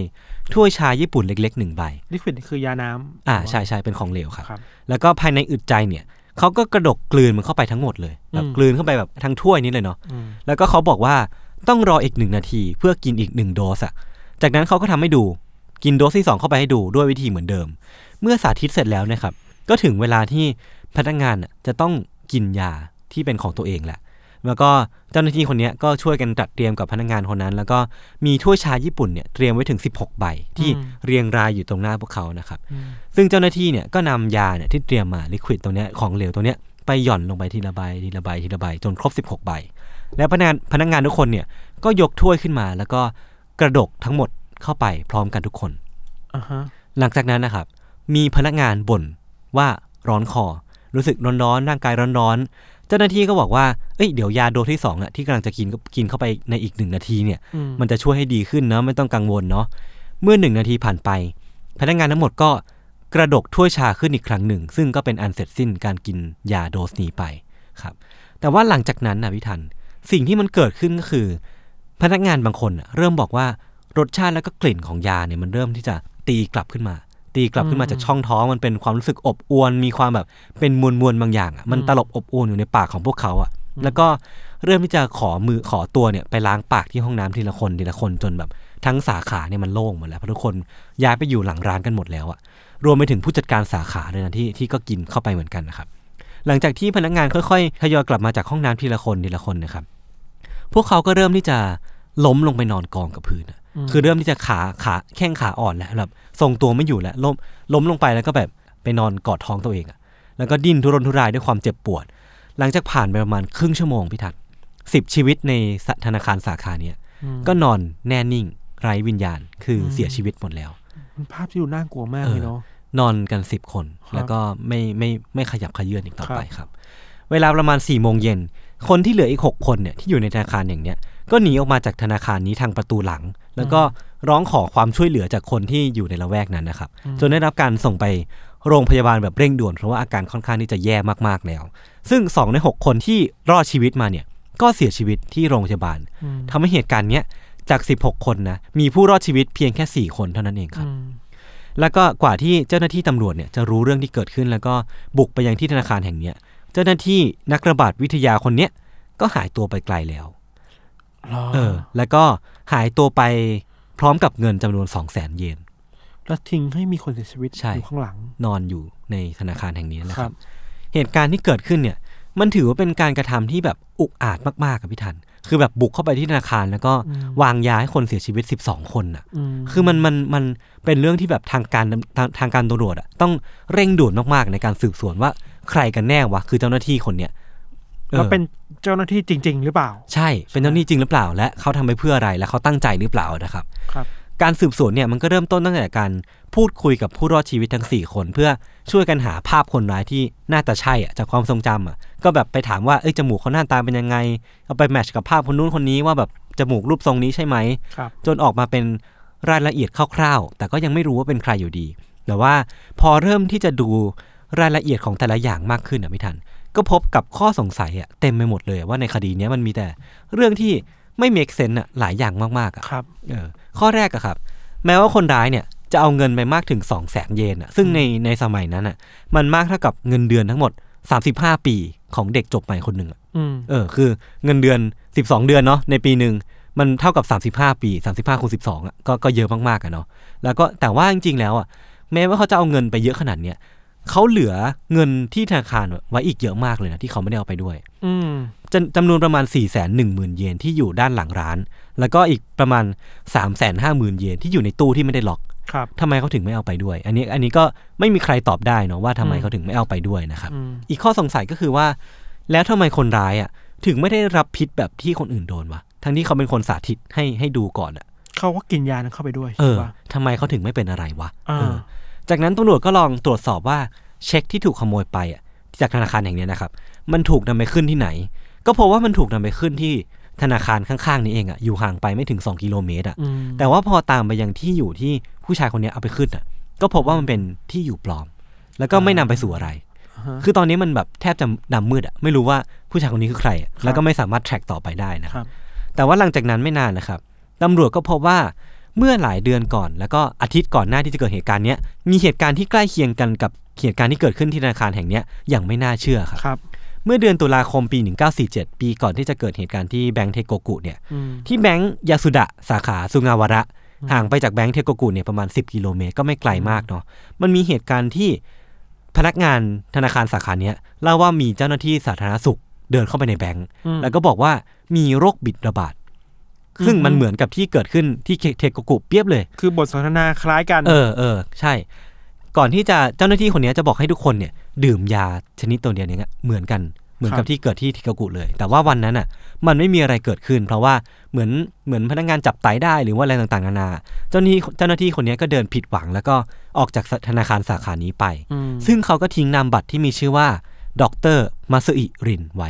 Speaker 2: ถ้วยชาญี่ปุ่นเล็กๆหนึ่งใบ
Speaker 3: ลิควิดคือยาน้ำ
Speaker 2: อ่าใช่ใช่เป็นของเหลวครับ
Speaker 3: ครับ
Speaker 2: แล้วก็ภายในอึดใจเนี่ยเขาก็กระดกกลืนมันเข้าไปทั้งหมดเลยแบบ
Speaker 3: อืม
Speaker 2: กลืนเข้าไปแบบทั้งถ้วยนี้เลยเนาะ
Speaker 3: อืม
Speaker 2: แล้วก็เขาบอกว่าต้องรออีกหนึ่งนาทีเพื่อกินอีกหนึ่งโดสอะจากนั้นเขาก็ทำให้ดูกินโดสที่สองเข้าไปให้ดูด้วยวิธีเหมือนเดิม เมื่อสาธิตเสร็จแล้วเนะครับ ก็ถึงเวลาที่พนักงานน่ะจะต้องกินยาที่เป็นของตัวเองแหละ แล้วก็เจ้าหน้าที่คนเนี้ยก็ช่วยกันจัดเตรียมกับพนักงานคนนั้น แล้วก็มีถ้วยชาญี่ปุ่นเนี่ยเตรียมไว้ถึง 16 ใบ ที่
Speaker 3: อืม
Speaker 2: เรียงรายอยู่ตรงหน้าพวกเขานะครับ ซึ่งเจ้าหน้าที่เนี่ยก็นำยาเนี่ยที่เตรียมมาลิควิดตัวเนี้ยของเหลวตัวเนี้ยไปหย่อนลงไปทีละใบทีละใบทีละใบจนครบ 16 ใบ แล้วพนักงานพนักงานทุกคนเนี่ยก็ยกถ้วยขึ้นมา แล้วก็กระดกทั้งหมดเข้าไปพร้อมกันทุกคน
Speaker 3: อ่าฮะ
Speaker 2: หลังจากนั้นนะครับ มีพนักงานบ่นว่าร้อนคอ รู้สึกร้อนๆร่างกายร้อนๆ เจ้าหน้าที่ก็บอกว่าเอ้ยเดี๋ยวยาโดสที่สองอะที่กำลังจะกินก็กินเข้าไปในอีกหนึ่งนาทีเนี่ย
Speaker 3: อืม
Speaker 2: มันจะช่วยให้ดีขึ้นเนาะไม่ต้องกังวลเนาะเมื่อหนึ่งนาทีผ่านไป พนักงานทั้งหมดก็กระดกถ้วยชาขึ้นอีกครั้งหนึ่ง ซึ่งก็เป็นอันเสร็จสิ้นการกินยาโดสนี้ไปครับ แต่ว่าหลังจากนั้นนะพี่ทันสิ่งที่มันเกิดขึ้นก็คือ พนักงานบางคนน่ะเริ่มบอกว่ารสชาติแล้วก็กลิ่นของยาเนี่ยมันเริ่มที่จะตีกลับขึ้นมา ตีกลับขึ้นมาจากช่องท้องมันเป็นความรู้สึกอบอวนมีความแบบเป็นมวลมวลๆบางอย่างอ่ะมันตลบอบอวนอยู่ในปากของพวกเขาอ่ะแล้วก็เริ่มที่จะขอมือขอตัวเนี่ยไปล้างปากที่ห้องน้ำทีละคนทีละคนจนแบบทั้งสาขาเนี่ยมันโล่งหมดแล้วเพราะทุกคนย้ายไปอยู่หลังร้านกันหมดแล้วอ่ะรวมไปถึงผู้จัดการสาขาด้วยนะที่ที่ก็กินเข้าไปเหมือนกันนะครับ หลังจากที่พนักงานค่อยๆทยอยกลับมาจากห้องน้ำทีละคนทีละคนนะครับ พวกเขาก็เริ่มที่จะล้มลงไปนอนกองกับพื้นอะคือเริ่มที่จะขาขาแข้งขาอ่อนแล้วแบบทรงตัวไม่อยู่แล้วล้มล้มลงไปแล้วก็แบบไปนอนกอดท้องตัวเองอะแล้วก็ดิ้นทุรนทุรายด้วยความเจ็บปวด หลังจากผ่านไปประมาณครึ่งชั่วโมงพิทัศน์สิบชีวิตในสะธนาคารสาขาเนี้ยก็นอนแน่นิ่ง ไร้วิญญาณ คือเสียชีวิตหมดแล้ว
Speaker 3: มันภาพที่ดูน่ากลัวมาก
Speaker 2: เออ
Speaker 3: เลยเนาะ
Speaker 2: นอนกันสิบคน
Speaker 3: ครับ
Speaker 2: แล้วก็ไม่ไม่ไม่ขยับขยื่นอีกต่อ
Speaker 3: ครับ
Speaker 2: ไปครับ เวลาประมาณ4ี่โมงเย็น คนที่เหลืออีก 6 คนเนี่ยที่อยู่ในธนาคารอย่างเนี้ยก็หนีออกมาจากธนาคารนี้ทางประตูหลัง แล้วก็ร้องขอความช่วยเหลือจากคนที่อยู่ในละแวกนั้นนะครับ จนได้รับการส่งไปโรงพยาบาลแบบเร่งด่วน เพราะว่าอาการค่อนข้างที่จะแย่มากๆแล้ว ซึ่ง 2 ใน 6 คนที่รอดชีวิตมาเนี่ยก็เสียชีวิตที่โรงพยาบาลทำให้เหตุการณ์เนี้ยจาก 16 คนนะมีผู้รอดชีวิตเพียงแค่ 4 คนเท่านั้นเองครับ แล้วก็กว่าที่เจ้าหน้าที่ตำรวจเนี่ยจะรู้เรื่องที่เกิดขึ้น แล้วก็บุกไปยังที่ธนาคารแห่งเนี้ย เจ้าหน้าที่นักระบาดวิทยาคนเนี้ยก็หายตัวไปไกลแล้ว
Speaker 3: หรอ
Speaker 2: เออ แล้วก็หายตัวไปพร้อมกับเงินจำนวน2 0 0 0 0 0 เยน
Speaker 3: แล้วทิ้งให้มีคนเสียชีวิต
Speaker 2: ใช่
Speaker 3: อยู่ข้างหลัง
Speaker 2: นอนอยู่ในธนาคารแห่งนี้นะค
Speaker 3: ครั
Speaker 2: รับ
Speaker 3: บ
Speaker 2: เหตุการณ์ที่เกิดขึ้นเนี่ย มันถือว่าเป็นการกระทำที่แบบอุกอาจมากๆกับพี่ทัน คือแบบบุกเข้าไปที่ธนาคารแล้วก็วางยาให้คนเสียชีวิต 12 คนน่ะ คือมันมันมันเป็นเรื่องที่แบบทางการทางทางการตำรวจอะต้องเร่งด่วนมากๆในการสืบสวนว่าใครกันแน่วะคือเจ้าหน้าที่คนเนี้ย
Speaker 3: แล้ว
Speaker 2: ออ
Speaker 3: เป็นเจ้าหน้าที่จริง ๆ หรือเปล่า
Speaker 2: ใช่ เป็นเจ้าหนี้จริงหรือเปล่า และเขาทำไปเพื่ออะไร และเขาตั้งใจหรือเปล่านะครับ
Speaker 3: ครับ
Speaker 2: การสืบสวนเนี่ยมันก็เริ่มต้นตั้งแต่การพูดคุยกับผู้รอดชีวิตทั้ง 4 คน เพื่อช่วยกันหาภาพคนร้ายที่น่าจะใช่อะจากความทรงจำอะก็แบบไปถามว่าเอ้ยจมูกเขาหน้าตาเป็นยังไง เอาไปแมทช์กับภาพคนนู้นคนนี้ว่าแบบจมูกรูปทรงนี้ใช่ไหม
Speaker 3: ครับ
Speaker 2: จนออกมาเป็นรายละเอียดคร่าวๆ แต่ก็ยังไม่รู้ว่าเป็นใครอยู่ดี แต่ว่าพอเริ่มที่จะดูรายละเอียดของแต่ละอย่างมากขึ้นอ่ะพี่ทัน ก็พบกับข้อสงสัยอะเต็มไปหมดเลยว่าในคดีเนี้ยมันมีแต่เรื่องที่ไม่เมกเซนอะหลายอย่างมากๆอะ
Speaker 3: ครับ
Speaker 2: เออข้อแรกอะครับ แม้ว่าคนร้ายเนี่ยจะเอาเงินไปมากถึง2องแสนเยนอะซึ่งในในสมัยนั้นอะมันมากเท่ากับเงินเดือนทั้งหมด 35 ปีของเด็กจบใหม่คนหนึ่งอะ
Speaker 3: อืม
Speaker 2: เออคือเงินเดือน 12 เดือนเนาะในปีหนึ่งมันเท่ากับ 35 ปี 35คูณ12อ่ะก็ก็เยอะมากๆอะเนาะแล้วก็แต่ว่าจริงๆแล้วอ่ะแม้ว่าเขาจะเอาเงินไปเยอะขนาดเนี้ยเขาเหลือเงินที่ธนาคารไว้อีกเยอะมากเลยนะที่เขาไม่ได้เอาไปด้วย
Speaker 3: อืม
Speaker 2: จำจำนวนประมาณ 4 1 0 0 0 0 เยนที่อยู่ด้านหลังร้าน แล้วก็อีกประมาณ 3 5 0 0 0 0 เยนที่อยู่ในตู้ที่ไม่ได้ล็อก
Speaker 3: ครับ
Speaker 2: ทำไมเขาถึงไม่เอาไปด้วย อันนี้อันนี้ก็ไม่มีใครตอบได้เนาะว่าทำไม
Speaker 3: อืม
Speaker 2: เขาถึงไม่เอาไปด้วยนะครับ
Speaker 3: อืม
Speaker 2: อีกข้อสงสัยก็คือว่า แล้วทำไมคนร้ายอ่ะ ถึงไม่ได้รับพิษแบบที่คนอื่นโดนวะทั้งที่เขาเป็นคนสาธิตให้ให้ดูก่อนอ่ะ
Speaker 3: เขาก็กินยานั้นเข้าไปด้วย
Speaker 2: เอ
Speaker 3: ใช่
Speaker 2: อ
Speaker 3: ปะ
Speaker 2: ทำไมเขาถึงไม่เป็นอะไรวะ
Speaker 3: อ่า
Speaker 2: เออ จากนั้นตำรวจก็ลองตรวจสอบว่าเช็คที่ถูกขโมยไปอ่ะจากธนาคารแห่งเนี้ยนะครับ มันถูกนำไปขึ้นที่ไหน ก็พบว่ามันถูกนำไปขึ้นที่ธนาคารข้างๆนี้เองอ่ะอยู่ห่างไปไม่ถึง2กิโลเมตรอ่ะ
Speaker 3: อืม
Speaker 2: แต่ว่าพอตามไปยังที่อยู่ที่ผู้ชายคนเนี้ยเอาไปขึ้นอ่ะ ก็พบว่ามันเป็นที่อยู่ปลอม แล้วก็ไม่นำไปสู่อะไร คือตอนนี้มันแบบแทบจะดำมืดอ่ะไม่รู้ว่าผู้ชายคนนี้คือใครอะแล้วก็ไม่สามารถแทร็กต่อไปได้นะ
Speaker 3: ค
Speaker 2: ครับ
Speaker 3: รับ
Speaker 2: แต่ว่าหลังจากนั้นไม่นานนะครับตำรวจก็พบว่าเมื่อหลายเดือนก่อน แล้วก็อาทิตย์ก่อนหน้าที่จะเกิดเหตุการณ์เนี้ยมีเหตุการณ์ที่ใกล้เคียงกันกับเหตุการณ์ที่เกิดขึ้นที่ธนาคารแห่งเนี้ยอย่างไม่น่าเชื่อครับ
Speaker 3: ครับ
Speaker 2: เมื่อเดือนตุลาคมปี 1947 ปีก่อนที่จะเกิดเหตุการณ์ที่แบงค์เทโกกุเนี่ย
Speaker 3: อืม
Speaker 2: ที่แบงค์ยาสุดะสาขาสุงาวาระ ห่างไปจากแบงค์เทโกกุเนี่ยประมาณ 10 กิโลเมตรก็ไม่ไกลมากเนาะมันมีเหตุการณ์ที่พนักงานธนาคารสาขาเนี้ยเล่าว่ามีเจ้าหน้าที่สาธารณสุขเดินเข้าไปในแบงค์
Speaker 3: อืม
Speaker 2: แล้วก็บอกว่ามีโรคบิดระบาด ซึ่งมันเหมือนกับที่เกิดขึ้นที่เทโกกุเปียบเลย
Speaker 3: คือบทสนทนาคล้ายกัน
Speaker 2: เออเออใช่ ก่อนที่จะเจ้าหน้าที่คนเนี้ยจะบอกให้ทุกคนเนี่ย ดื่มยาชนิดตัวเดียวเนี้ยเหมือนกันเหมือน
Speaker 3: ครั
Speaker 2: กับบ ที่เกิดที่ทิกากุเลย แต่ว่าวันนั้นอ่ะ มันไม่มีอะไรเกิดขึ้น เพราะว่าเหมือนเหมือนพนักงานจับไตได้หรือว่าอะไรต่างๆนานาเจ้าหน้าที่เจ้าหน้าที่คนเนี้ยก็เดินผิดหวัง แล้วก็ออกจากธนาคารสาขานี้ไป
Speaker 3: ม
Speaker 2: ซึ่งเขาก็ทิ้งนามบัตรที่มีชื่อว่าดรมาซอิรินไว้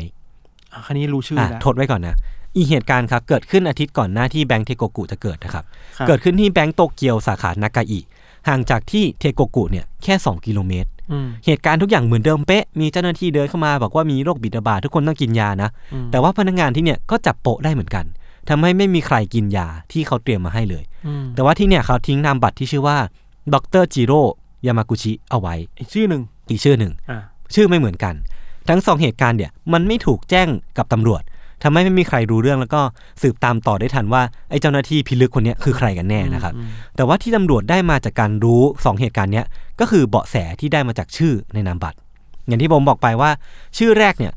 Speaker 3: อ่ะคันนี้รู้ชื่อ
Speaker 2: อ่ะ
Speaker 3: แล้ว
Speaker 2: ทดไว้ก่อนนะ อีกเหตุการณ์ครับ เกิดขึ้นอาทิตย์ก่อนหน้าที่แบงค์เทโกกุจะเกิดนะครับ
Speaker 3: ครับ
Speaker 2: เกิดขึ้นที่แบงก์โตเกียวสาขานากาอิห่างจากที่เทโกกุเนี่ยแค่ 2 กิโลเมตร
Speaker 3: อืม
Speaker 2: เหตุการณ์ทุกอย่างเหมือนเดิมเป๊ะ มีเจ้าหน้าที่เดินเข้ามาบอกว่ามีโรคบิดาบาดทุกคนต้องกินยานะ
Speaker 3: อืม
Speaker 2: แต่ว่าพนักงานที่เนี่ยก็จับโปะได้เหมือนกันทำให้ไม่มีใครกินยาที่เขาเตรียมมาให้เลย
Speaker 3: อืม
Speaker 2: แต่ว่าที่เนี่ยเขาทิ้งนามบัตรที่ชื่อว่าดรจิโร่ยามากุชิเอาไว้
Speaker 3: อีกชื่อหนึ่ง
Speaker 2: อีกชื่อหนึ่ง
Speaker 3: อ่ะ
Speaker 2: ชื่อไม่เหมือนกัน ทั้งสองเหตุการณ์เนี่ยมันไม่ถูกแจ้งกับตำรวจทำให้ไม่มีใครรู้เรื่องแล้วก็สืบตามต่อได้ทันว่าไอ้เจ้าหน้าที่พิลึกคนเนี้ยคือใครกันแน่นะครับ แต่ว่าที่ตำรวจได้มาจากการรู้สองเหตุการณ์เนี้ยก็คือเบาะแสที่ได้มาจากชื่อในนามบัตร อย่างที่ผมบอกไปว่า ชื่อแรกเนี่ย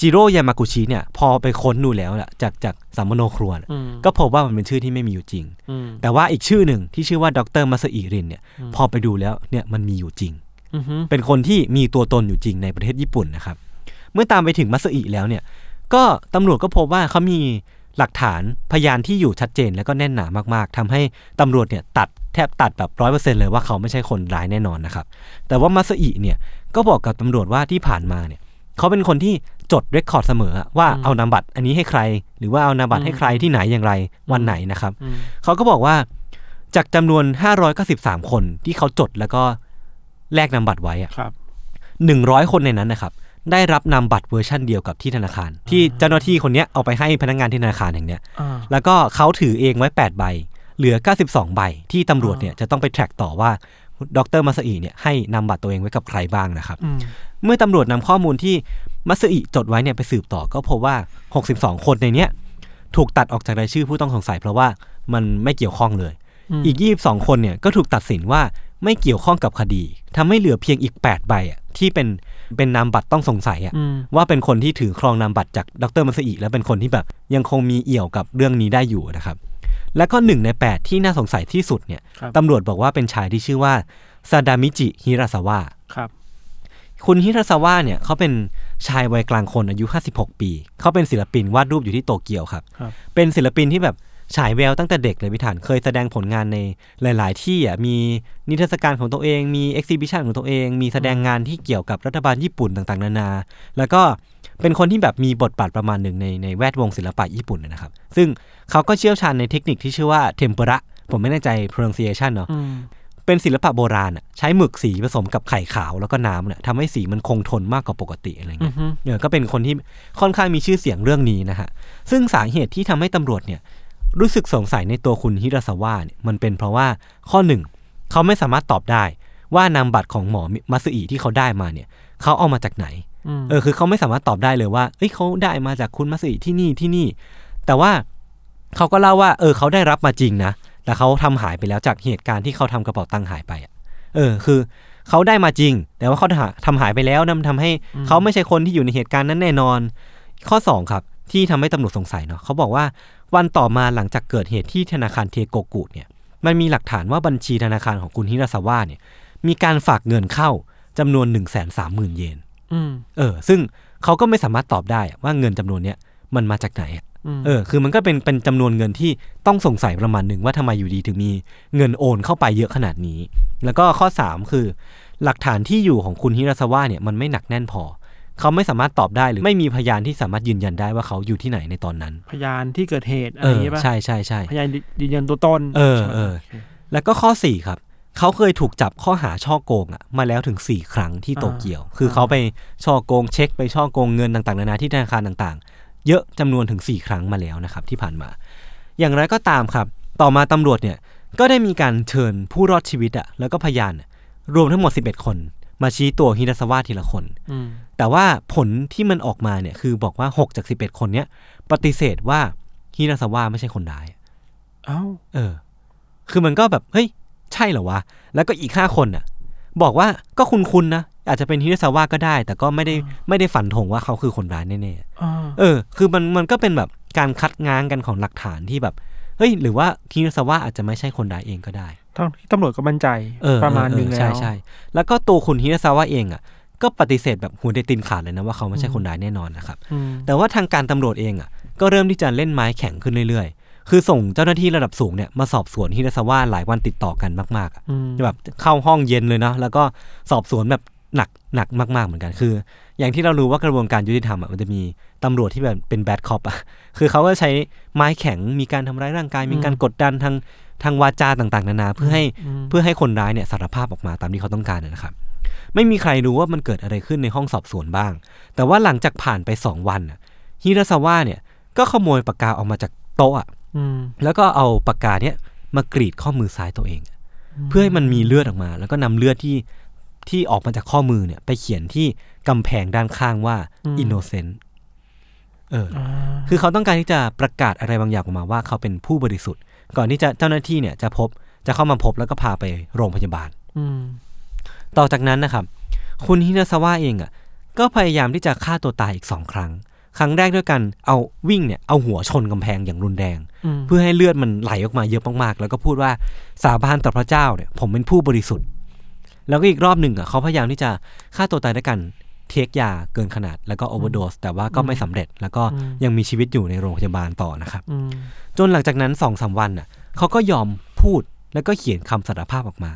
Speaker 2: จิโร่ยามากุชิเนี่ยพอไปค้นดูแล้วน่ะจากจากสามโนครัวน่ะ
Speaker 3: อืม
Speaker 2: ก็พบว่ามันเป็นชื่อที่ไม่มีอยู่จริง
Speaker 3: อืม
Speaker 2: แต่ว่าอีกชื่อหนึ่งที่ชื่อว่าดรมาซาอิรินเนี่ยพอไปดูแล้วเนี่ยมันมีอยู่จริง
Speaker 3: อือฮึ
Speaker 2: เป็นคนที่มีตัวตนอยู่จริงในประเทศญี่ปุ่นนะครับ เมื่อตามไปถึงมัสอิแล้วเนี่ย ก็ตำรวจก็พบว่าเขามีหลักฐานพยานที่อยู่ชัดเจนแล้วก็แน่นหนามากๆทำให้ตำรวจเนี่ยตัดแทบตัดแบบร้อยเปอร์เซ็นเลยว่าเขาไม่ใช่คนร้ายแน่นอนนะครับ แต่ว่ามัสอิเนี่ยก็บอกกับตำรวจว่าที่ผ่านมาเนี่ยเขาเป็นคนที่จดเรคคอร์ดเสมออะว่าเอานามบัตรอันนี้ให้ใคร หรือว่าเอานามบัตรให้ใครที่ไหนอย่างไรวันไหนนะครับ
Speaker 3: อืม
Speaker 2: เขาก็บอกว่าจากจำนวน 593 คนที่เขาจดแล้วก็แลกนามบัตรไว้อะ
Speaker 3: ครับ
Speaker 2: หนึ่งร้อยคนในนั้นนะครับ ได้รับนามบัตรเวอร์ชันเดียวกับที่ธนาคาร ที่เจ้าหน้าที่คนเนี้ยเอาไปให้พนักงานที่ธนาคารแห่งเนี้ย
Speaker 3: อ่า
Speaker 2: แล้วก็เขาถือเองไว้ 8 ใบ เหลือ 92 ใบ ที่ตำรวจเนี่ยจะต้องไปแทร็กต่อว่าดรมาซาอิเนี่ยให้นามบัตรตัวเองไว้กับใครบ้างนะครับ
Speaker 3: อืม
Speaker 2: เมื่อตำรวจนำข้อมูลที่มัสอิจดไว้เนี่ยไปสืบต่อก็พบว่า 62 คนในเนี้ยถูกตัดออกจากรายชื่อผู้ต้องสงสัยเพราะว่ามันไม่เกี่ยวข้องเลย อีก 22 คนเนี่ยก็ถูกตัดสินว่าไม่เกี่ยวข้องกับคดีทำให้เหลือเพียงอีก 8 ใบอะที่เป็นเป็นนามบัตรต้องสงสัยอะ
Speaker 3: อืม
Speaker 2: ว่าเป็นคนที่ถือครองนามบัตรจากดรมัสอิและเป็นคนที่แบบยังคงมีเอี่ยวกับเรื่องนี้ได้อยู่นะครับและก็หนึ่งใน 8 ที่น่าสงสัยที่สุดเนี่ย
Speaker 3: ครับ
Speaker 2: ตำรวจบอกว่าเป็นชายที่ชื่อว่าซาดามิจิฮิราซาวะ
Speaker 3: ครับ
Speaker 2: คุณฮิราซาวะเนี่ยเขาเป็นชายวัยกลางคนอายุ 56 ปี เขาเป็นศิลปินวาดรูปอยู่ที่โตเกียวครับ
Speaker 3: ครับ
Speaker 2: เป็นศิลปินที่แบบฉายแววตั้งแต่เด็กเลยพิฐานเคยแสดงผลงานในหลาย ๆ ที่อ่ะมีนิทรรศการของตัวเอง มีเอ็กซิบิชันของตัวเอง มีแสดงงานที่เกี่ยวกับรัฐบาลญี่ปุ่นต่าง ๆ นานา แล้วก็เป็นคนที่แบบมีบทบาทประมาณหนึ่งในในแวดวงศิลปะญี่ปุ่นนะครับ ซึ่งเขาก็เชี่ยวชาญในเทคนิคที่ชื่อว่าเทมเประผมไม่แน่ใจ pronunciation เนาะ
Speaker 3: อืม
Speaker 2: เป็นศิลปะโบราณอะใช้หมึกสีผสมกับไข่ขาวแล้วก็น้ำเนี่ยทำให้สีมันคงทนมากกว่าปกติอะไร
Speaker 3: อื
Speaker 2: เงี้
Speaker 3: อย ฮึ
Speaker 2: เนี่ยก็เป็นคนที่ค่อนข้างมีชื่อเสียงเรื่องนี้นะฮะ ซึ่งสาเหตุที่ทำให้ตำรวจเนี่ยรู้สึกสงสัยในตัวคุณฮิราซาวะเนี่ยมันเป็นเพราะว่าข้อหนึ่งเขาไม่สามารถตอบได้ว่านามบัตรของหมอมัตสึอิที่เขาได้มาเนี่ยเขาเอามาจากไหน
Speaker 3: อืม
Speaker 2: เออคือเขาไม่สามารถตอบได้เลยว่า เอ้ยเขาได้มาจากคุณมัสยิที่นี่ที่นี่ แต่ว่าเขาก็เล่าว่า เออเขาได้รับมาจริงนะแต่เขาทำหายไปแล้วจากเหตุการณ์ที่เขาทำกระเป๋าตังค์หายไปอะเออ คือเขาได้มาจริง แต่ว่าเขาทำทำหายไปแล้วนั่นมันทำให้เขาไม่ใช่คนที่อยู่ในเหตุการณ์นั้นแน่นอน ข้อสองครับ ที่ทำให้ตำรวจสงสัยเนาะเขาบอกว่าวันต่อมาหลังจากเกิดเหตุที่ธนาคารเทโกกุเนี่ย มันมีหลักฐานว่าบัญชีธนาคารของคุณฮิราซาวะเนี่ย มีการฝากเงินเข้าจำนวน1นึ0 0 0สามหมื่นเยน
Speaker 3: อืม
Speaker 2: เออซึ่งเขาก็ไม่สามารถตอบได้อะว่าเงินจำนวนเนี้ยมันมาจากไหนอะ
Speaker 3: ม
Speaker 2: เออ คือมันก็เป็นเป็นจำนวนเงินที่ต้องสงสัยประมาณหนึ่งว่าทำไมอยู่ดีถึงมีเงินโอนเข้าไปเยอะขนาดนี้ แล้วก็ข้อ 3 คือ หลักฐานที่อยู่ของคุณฮิราซาวะเนี่ยมันไม่หนักแน่นพอ เขาไม่สามารถตอบได้หรือไม่มีพยานที่สามารถยืนยันได้ว่าเขาอยู่ที่ไหนในตอนนั้น
Speaker 3: พยานที่เกิดเหตุอะ
Speaker 2: เอ
Speaker 3: ไรอ
Speaker 2: อย่าง
Speaker 3: งี้ป่ะ
Speaker 2: ใช่ใช่ใช่
Speaker 3: พยานยืนยันตัวตน
Speaker 2: เออเออ แล้วก็ข้อ 4 ครับ เขาเคยถูกจับข้อหาช่อโกงอะมาแล้วถึง 4 ครั้งที่โตเกียว คือเขาไปช่อโกงเช็คไปช่อโกงเงินต่างๆนานาที่ธนาคารต่างๆ เยอะจำนวนถึง 4 ครั้งมาแล้วนะครับที่ผ่านมา อย่างไรก็ตามครับ ต่อมาตำรวจเนี่ยก็ได้มีการเชิญผู้รอดชีวิตอะแล้วก็พยานอะรวมทั้งหมด 11 คน มาชี้ตัวฮินาสวะทีละคน
Speaker 3: อืม
Speaker 2: แต่ว่าผลที่มันออกมาเนี่ยคือบอกว่า 6 จาก 11 คนเนี้ยปฏิเสธว่าฮินาสวะไม่ใช่คนร้าย
Speaker 3: เอ้า
Speaker 2: เออ คือมันก็แบบ เฮ้ย ใช่เหรอวะ แล้วก็อีกห้าคนน่ะ บอกว่าก็คุณคุณนะ อาจจะเป็นฮิเดซาวะก็ได้ แต่ก็ไม่ได้ไม่ได้ฝันธงว่าเขาคือคนร้ายแน่
Speaker 3: เออ
Speaker 2: ๆ เออ คือมันมันก็เป็นแบบการคัดง้างกันของหลักฐานที่แบบ เฮ้ย หรือว่าฮิเดซาวะอาจจะไม่ใช่คนร้ายเองก็ได้
Speaker 3: ทางที่ตำรวจก็มั่นใจ
Speaker 2: เออ
Speaker 3: ประมาณหนึ่งแล้ว
Speaker 2: ใช่ใช่แล้วก็ตัวคุณฮิเดซาวะเองอ่ะ ก็ปฏิเสธแบบหัวเดตินขาดเลยนะว่าเขาไม่ใช่คนร้ายแน่นอนนะครับ
Speaker 3: อืม
Speaker 2: แต่ว่าทางการตำรวจเองอ่ะก็เริ่มที่จะเล่นไม้แข็งขึ้นเรื่อยๆ คือส่งเจ้าหน้าที่ระดับสูงเนี่ยมาสอบสวนฮิราซาวะหลายวันติดต่อกันมากๆอะ
Speaker 3: อืม
Speaker 2: แบบเข้าห้องเย็นเลยเนาะแล้วก็สอบสวนแบบหนักหนักมากๆเหมือนกันคือ อย่างที่เรารู้ว่ากระบวนการยุติธรรมอ่ะมันจะมีตำรวจที่แบบเป็นแบดคอปอ่ะ คือเขาก็ใช้ไม้แข็งมีการทำร้ายร่างกาย มีการกดดันทางทางวาจาต่างๆ นานาเพื่อให้ เพื่อให้คนร้ายเนี่ยสารภาพออกมาตามที่เขาต้องการนะครับ ไม่มีใครรู้ว่ามันเกิดอะไรขึ้นในห้องสอบสวนบ้าง แต่ว่าหลังจากผ่านไป 2 วันน่ะฮิราซาวะเนี่ยก็ขโมยปากกาออกมาจากโต๊ะอะ
Speaker 3: อืม
Speaker 2: แล้วก็เอาปากกาเนี่ยมากรีดข้อมือซ้ายตัวเอง เพื่อให้มันมีเลือดออกมา แล้วก็นำเลือดที่ที่ออกมาจากข้อมือเนี่ยไปเขียนที่กำแพงด้านข้างว่า innocent เอออ คือเขาต้องการที่จะประกาศอะไรบางอย่างออกมาว่าเขาเป็นผู้บริสุทธิ์ ก่อนที่จะเจ้าหน้าที่เนี่ยจะพบจะเข้ามาพบแล้วก็พาไปโรงพยาบาล
Speaker 3: อืม
Speaker 2: ต่อจากนั้นนะครับ คุณฮินาซาวะเองอ่ะก็พยายามที่จะฆ่าตัวตายอีกสองครั้ง ครั้งแรกด้วยกันเอาวิ่งเนี่ยเอาหัวชนกำแพงอย่างรุนแรง
Speaker 3: อืม
Speaker 2: เพื่อให้เลือดมันไหลออกมาเยอะมากๆ แล้วก็พูดว่าสาบานต่อพระเจ้าเนี่ยผมเป็นผู้บริสุทธิ์ แล้วก็อีกรอบหนึ่งอ่ะเขาพยายามที่จะฆ่าตัวตายด้วยกันเทคยาเกินขนาดแล้วก็โอเวอร์โดสแต่ว่าก็ไม่สำเร็จแล้วก็ยังมีชีวิตอยู่ในโรงพยาบาลต่อนะครับ
Speaker 3: อืม
Speaker 2: จนหลังจากนั้นสองสาวันน่ะเขาก็ยอมพูดแล้วก็เขียนคำสารภาพออกมา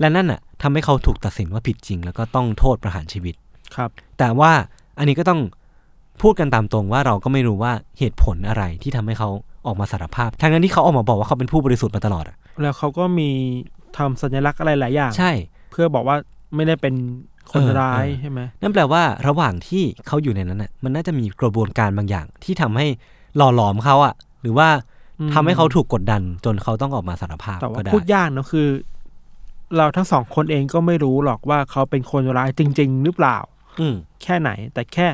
Speaker 2: และนั่นน่ะทำให้เขาถูกตัดสินว่าผิดจริง แล้วก็ต้องโทษประหารชีวิต
Speaker 3: ครับ
Speaker 2: แต่ว่าอันนี้ก็ต้องพูดกันตามตรงว่าเราก็ไม่รู้ว่าเหตุผลอะไรที่ทำให้เขาออกมาสารภาพทั้งนั้นที่เขาออกมาบอกว่าเขาเป็นผู้บริสุทธิ์มาตลอดอะ
Speaker 3: แล้วเขาก็มีทำสัญลักษณ์อะไรหลายอย่าง
Speaker 2: ใช่
Speaker 3: เพื่อบอกว่าไม่ได้เป็นคน
Speaker 2: เออ
Speaker 3: ร้าย
Speaker 2: เออ
Speaker 3: ใช่ไหม
Speaker 2: นั่นแปลว่าระหว่างที่เขาอยู่ในนั้นน่ะมันน่าจะมีกระบวนการบางอย่างที่ทำให้หล่อหลอมเขาอะหรือว่าทำให้เขาถูกกดดันจนเขาต้องออกมาสารภาพ
Speaker 3: แต่ว่า
Speaker 2: ก็ได้
Speaker 3: พูดยากเนอะคือ เราทั้งสองคนเองก็ไม่รู้หรอกว่าเขาเป็นคนร้ายจริง ๆ หรือเปล่า
Speaker 2: อืม
Speaker 3: แค่ไหน แต่แค่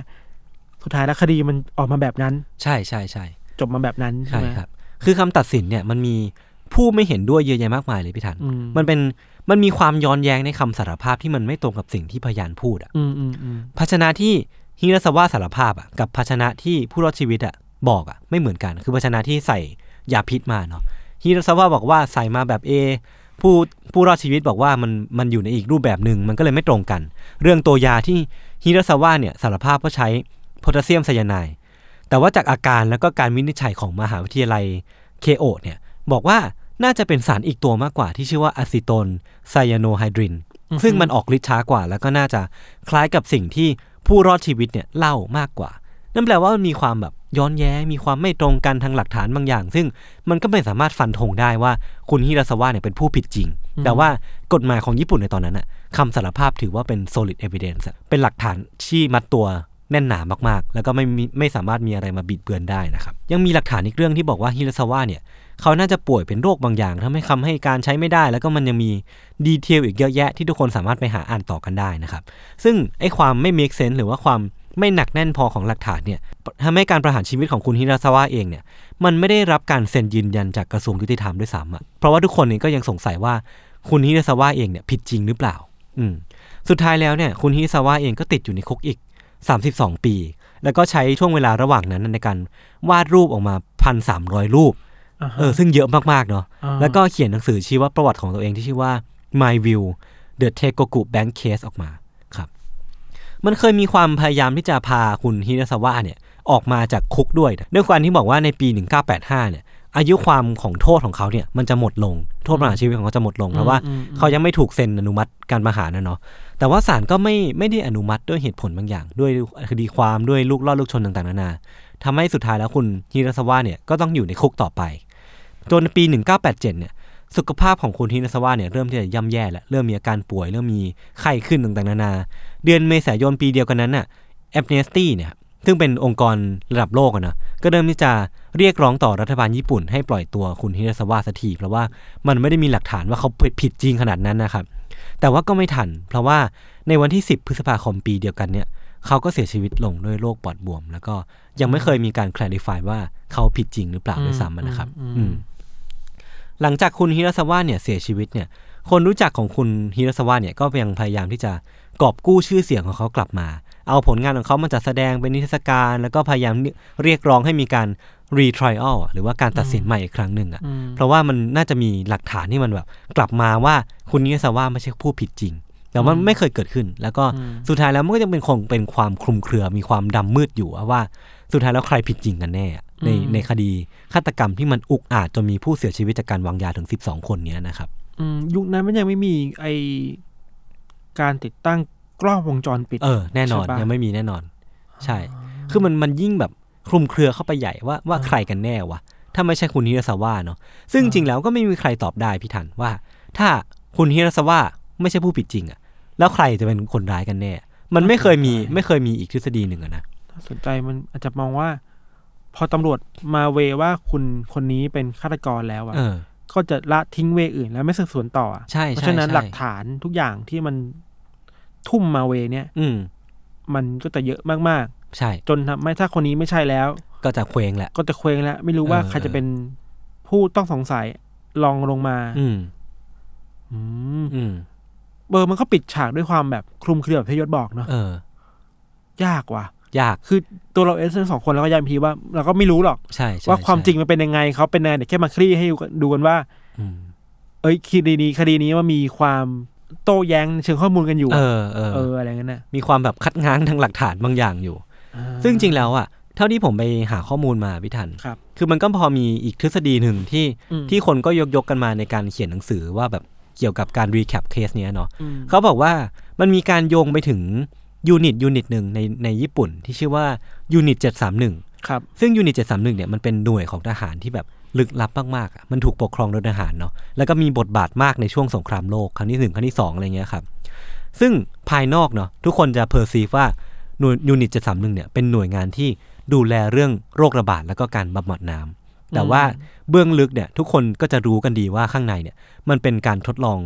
Speaker 3: สุดท้ายแล้วคดีมันออกมาแบบนั้น
Speaker 2: ใช่ใช่ใช่
Speaker 3: จบมาแบบนั้นใช่
Speaker 2: ใช่
Speaker 3: ไหม
Speaker 2: ครับ คือคำตัดสินเนี่ยมันมีผู้ไม่เห็นด้วยเยอะแยะมากมายเลยพี่ทัน
Speaker 3: อืม
Speaker 2: มันเป็นมันมีความย้อนแย้งในคำสารภาพที่มันไม่ตรงกับสิ่งที่พยานพูดอะ
Speaker 3: อืมอืมอืม
Speaker 2: ภาชนะที่ฮิราสวะสารภาพอะกับภาชนะที่ผู้รอดชีวิตอะบอกอะไม่เหมือนกัน คือภาชนะที่ใส่ยาพิษมาเนาะฮิราสวะบอกว่าใส่มาแบบ A ผู้ผู้รอดชีวิตบอกว่ามันมันอยู่ในอีกรูปแบบหนึ่งมันก็เลยไม่ตรงกัน เรื่องตัวยาที่ฮิราสวะเนี่ยสารภาพว่าใช้โพแทสเซียมไซยาไนด์ แต่ว่าจากอาการแล้วก็การวินิจฉัยของมหาวิทยาลัยเคโอเนี่ยบอกว่าน่าจะเป็นสารอีกตัวมากกว่าที่ชื่อว่าอะซิโตนไซยาโนไฮดริน ซึ่งมันออกฤทธิ์ช้ากว่า แล้วก็น่าจะคล้ายกับสิ่งที่ผู้รอดชีวิตเนี่ยเล่ามากกว่า นั่นแปลว่ามันมีความแบบ ย้อนแย้งมีความไม่ตรงกันทางหลักฐานบางอย่าง ซึ่งมันก็ไม่สามารถฟันธงได้ว่าคุณฮิราซาวะเนี่ยเป็นผู้ผิดจริง แต่ว่ากฎหมายของญี่ปุ่นในตอนนั้นน่ะคำสารภาพถือว่าเป็น solid evidence อะเป็นหลักฐานที่มัดตัวแน่นหนามากๆ แล้วก็ไม่มีไม่สามารถมีอะไรมาบิดเบือนได้นะครับยังมีหลักฐานอีกเรื่องที่บอกว่าฮิราซาวะเนี่ย เขาน่าจะป่วยเป็นโรคบางอย่างทำให้คำให้การใช้ไม่ได้ แล้วก็มันยังมีดีเทลอีกเยอะแยะที่ทุกคนสามารถไปหาอ่านต่อกันได้นะครับ ซึ่งไอ้ความไม่ make sense หรือว่าความไม่หนักแน่นพอของหลักฐานเนี่ยทำให้การประหารชีวิตของคุณฮิราซาวะเองเนี่ย มันไม่ได้รับการเซ็นยืนยันจากกระทรวงยุติธรรมด้วยซ้ำอะเพราะว่าทุกคนเนี่ยก็ยังสงสัยว่าคุณฮิราซาวะเองเนี่ยผิดจริงหรือเปล่า อืม สุดท้ายแล้วเนี่ยคุณฮิราซาวะเองก็ติดอยู่ในคุกอีก 32 ปี แล้วก็ใช้ช่วงเวลาระหว่างนั้นในการวาดรูปออกมาพันสามร้อยรูป
Speaker 3: อ่าฮะ
Speaker 2: เออซึ่งเยอะมากๆ เนาะ
Speaker 3: อ่า
Speaker 2: แล้วก็เขียนหนังสือชีวประวัติของตัวเองที่ชื่อว่า My View The Tegoku Bank Case ออกมาครับ มันเคยมีความพยายามที่จะพาคุณฮินาซาวะเนี่ยออกมาจากคุกด้วยนะด้วยความที่บอกว่าในปี 1985 เนี่ย อายุความของโทษของเขาเนี่ยมันจะหมดลง โทษประหารชีวิตของเขาจะหมดลงเพราะว่าเขายังไม่ถูกเซ็นอนุมัติการประหารนะเนาะ แต่ว่าศาลก็ไม่ไม่ได้อนุมัติด้วยเหตุผลบางอย่าง ด้วยคดีความด้วยลูกล่อลูกชนต่างๆนานาทำให้สุดท้ายแล้วคุณฮิราซาวะเนี่ยก็ต้องอยู่ในคุกต่อไป จนปี 1987 เนี่ย สุขภาพของคุณฮินาสวะเนี่ยเริ่มที่จะย่ำแย่แล้ว เริ่มมีอาการป่วย เริ่มมีไข้ขึ้นต่างๆ นานา เดือนเมษายนปีเดียวกันนั้นน่ะแอปเนสตี้เนี่ย ซึ่งเป็นองค์กรระดับโลกอะนะ ก็เริ่มที่จะเรียกร้องต่อรัฐบาลญี่ปุ่นให้ปล่อยตัวคุณฮินาสวะสักทีเพราะว่ามันไม่ได้มีหลักฐานว่าเขาผิดจริงขนาดนั้นนะครับ แต่ว่าก็ไม่ทัน เพราะว่าในวันที่ 10 พฤษภาคมปีเดียวกันเนี่ย เขาก็เสียชีวิตลงด้วยโรคปอดบวม แล้วก็ยังไม่เคยมีการ clarify ว่าเขาผิดจริงหรือเปล่าด้วยซ้ำอะนะครับ อืม หลังจากคุณฮิราซาวะเนี่ยเสียชีวิตเนี่ย คนรู้จักของคุณฮิราซาวะเนี่ยก็ยังพยายามที่จะกอบกู้ชื่อเสียงของเขากลับมา เอาผลงานของเขามาจัดแสดงเป็นนิทรรศการ แล้วก็พยายามเรียกร้องให้มีการรีทริอัลหรือว่าการตัดสินใหม่อีกครั้งหนึ่งอะ่ะ เพราะว่ามันน่าจะมีหลักฐานที่มันแบบกลับมาว่าคุณฮิราซาวะไม่ใช่ผู้ผิดจริง แต่มันไม่เคยเกิดขึ้น แล้วก็สุดท้ายแล้วมันก็ยังเป็นคงเป็นความคลุมเครือ มีความดำมืดอยู่อะว่าสุดท้ายแล้วใครผิดจริงกันแน่อะในในคดีฆาตกรรมที่มันอุกอาจจนมีผู้เสียชีวิตจากการวางยาถึง 12 คนเนี้ยนะครับ
Speaker 3: อืมยุคนั้นมันยังไม่มีไอการติดตั้งกล้องวงจรปิด
Speaker 2: เออแน่นอน
Speaker 3: ใช่ปะ
Speaker 2: ยังไม่มีแน่นอน ใช่ คือมันมันยิ่งแบบคลุมเครือเข้าไปใหญ่ว่าว่าใครกันแน่วะถ้าไม่ใช่คุณฮิราซาวะเนาะซึ่งจริงแล้วก็ไม่มีใครตอบได้พี่ทันว่า ถ้าคุณฮิราซาวะไม่ใช่ผู้ผิดจริงอะแล้วใครจะเป็นคนร้ายกันแน่ มันไม่เคยมีไม่เคยมีอีกทฤษฎีหนึ่งอะนะ
Speaker 3: น่าสนใจมันอาจจะมองว่า พอตำรวจมาเวว่าคุณคนนี้เป็นฆาตกรแล้วอะ
Speaker 2: เออ
Speaker 3: ก็จะละทิ้งเวอื่นแล้วไม่สืบสวนต่ออะ
Speaker 2: ใช่ใช่
Speaker 3: เพราะฉะนั้น
Speaker 2: ใช่
Speaker 3: หลักฐานทุกอย่างที่มันทุ่มมาเวเนี่ย
Speaker 2: อืม
Speaker 3: มันก็จะเยอะมาก
Speaker 2: ใช่
Speaker 3: ๆ จนทำให้ถ้าคนนี้ไม่ใช่แล้ว
Speaker 2: ก็จะเคว้งแหละ
Speaker 3: ก็จะเคว้งแล้ว ไม่รู้ว่า
Speaker 2: เออ
Speaker 3: ใครจะเป็นผู้ต้องสงสัยลองลงมา
Speaker 2: อืม
Speaker 3: อืม
Speaker 2: อืม
Speaker 3: เบอร์มันก็ปิดฉากด้วยความแบบคลุมเครือแบบที่ยศบอกเนาะ
Speaker 2: เออ
Speaker 3: ยากว่ะ
Speaker 2: ยาก
Speaker 3: คือตัวเราเองทั้งสองคนเราก็ย้ำอีกทีว่า เราก็ไม่รู้หรอก
Speaker 2: ใช่ใช่
Speaker 3: ว่าความ
Speaker 2: ใช่
Speaker 3: จริงมันเป็นยังไงเขาเป็นนายแต่แค่มาคลี่ให้ดูดูกันว่า
Speaker 2: อืม
Speaker 3: เอ้ยคดีนี้คดีนี้มันมีความโต้แย้งเชิงข้อมูลกันอยู่
Speaker 2: เอ
Speaker 3: อะ
Speaker 2: อเออ
Speaker 3: เอออะไรเงี้ยนะ
Speaker 2: มีความแบบคัดง้างทางหลักฐานบางอย่างอยู่ ซึ่งจริงแล้วอ่ะ เท่าที่ผมไปหาข้อมูลมาพี่ทัน
Speaker 3: ครับ
Speaker 2: คือมันก็พอมีอีกทฤษฎีหนึ่งที่
Speaker 3: อืม
Speaker 2: ที่คนก็ยกยกกันมาในการเขียนหนังสือว่าแบบเกี่ยวกับการรีแคปเคสเนี้ยเนาะ
Speaker 3: อืม
Speaker 2: เขาบอกว่ามันมีการโยงไปถึงยูนิตยูนิตหนึ่งในในญี่ปุ่นที่ชื่อว่ายูนิต731
Speaker 3: ครับ
Speaker 2: ซึ่งยูนิต731เนี่ยมันเป็นหน่วยของทหารที่แบบลึกลับมากๆอะมันถูกปกครองโดยทหารเนาะ แล้วก็มีบทบาทมากในช่วงสงครามโลกครั้งที่หนึ่งครั้งที่สองอะไรเงี้ยครับ ซึ่งภายนอกเนาะทุกคนจะเพอร์ซีฟว่าหน่วยยูนิต731เนี่ยเป็นหน่วยงานที่ดูแลเรื่องโรคระบาดแล้วก็การบำบัดน้ำแต่ว่าเบื้องลึกเนี่ยทุกคนก็จะรู้กันดีว่าข้างในเนี่ยมันเป็นการทดลอง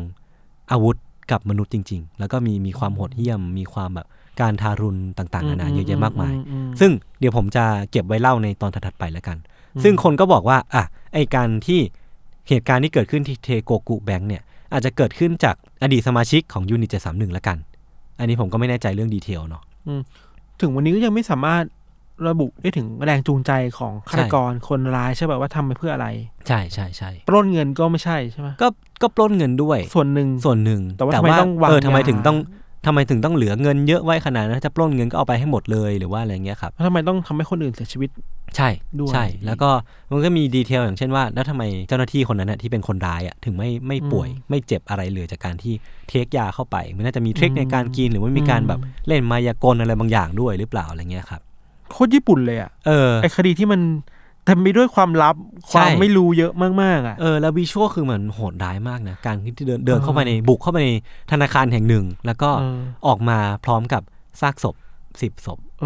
Speaker 2: อาวุธกับมนุษย์จริง ๆ แล้วก็มีมีความโหดเหี้ยม มีความแบบการทารุณต่างๆนานาเยอะแยะมากมาย
Speaker 3: อืม
Speaker 2: ซึ่งเดี๋ยวผมจะเก็บไว้เล่าในตอนถัดๆไปแล้วกัน ซึ่งคนก็บอกว่าอ่ะไอการที่เหตุการณ์ที่เกิดขึ้นที่เทโกกุแบงค์เนี่ย อาจจะเกิดขึ้นจากอดีตสมาชิกของยูนิตเจ็ดสามหนึ่งละกัน อันนี้ผมก็ไม่แน่ใจเรื่องดีเทลเนาะ
Speaker 3: ถึงวันนี้ก็ยังไม่สามารถระบุได้ถึงแรงจูงใจของฆาตกรคนร้ายใช่แบบว่าทำไปเพื่ออะไร
Speaker 2: ใช่ใช่ใช่
Speaker 3: ปล้นเงินก็ไม่ใช่ใช่ไหม
Speaker 2: ก็ก็ปล้นเงินด้วย
Speaker 3: ส่วนหนึ่ง
Speaker 2: ส่วนหนึ่ง
Speaker 3: แต่ว่าทำไมต้องวาง
Speaker 2: เออทำไม
Speaker 3: ยา
Speaker 2: ถึงต้องทำไมถึงต้องเหลือเงินเยอะไว้ขนาดนั้นถ้าปล้นเงินก็เอาไปให้หมดเลยหรือว่าอะไรเงี้ยครับ
Speaker 3: แล้วทำไมต้องทำให้คนอื่นเสียชีวิต
Speaker 2: ใช่
Speaker 3: ด้วย
Speaker 2: ใช่ แล้วก็มันก็มีดีเทลอย่างเช่นว่า แล้วทำไมเจ้าหน้าที่คนนั้นนะที่เป็นคนร้ายอ่ะถึงไม่ไม่ป่วยไม่เจ็บอะไรเลยจากการที่เทคยาเข้าไป มันน่าจะมีเทคในการกินหรือว่ามีการแบบเล่นมายากลอะไรบางอย่างด้วยหรือเปล่าอะไรเงี้ยครับ
Speaker 3: โคตรญี่ปุ่นเลยอะ
Speaker 2: เออ
Speaker 3: ไอคดีที่มันเต็มไปด้วยความลับความ
Speaker 2: ใช่
Speaker 3: ไม่รู้เยอะมากๆอะ
Speaker 2: เออแล้ววิชวลคือเหมือนโหดร้ายมากนะการที่เดินเดินเข้าไปในบุกเข้าไปในธนาคารแห่งหนึ่ง แล้วก็
Speaker 3: เออ
Speaker 2: ออกมาพร้อมกับซากศพสิบศพ
Speaker 3: เอ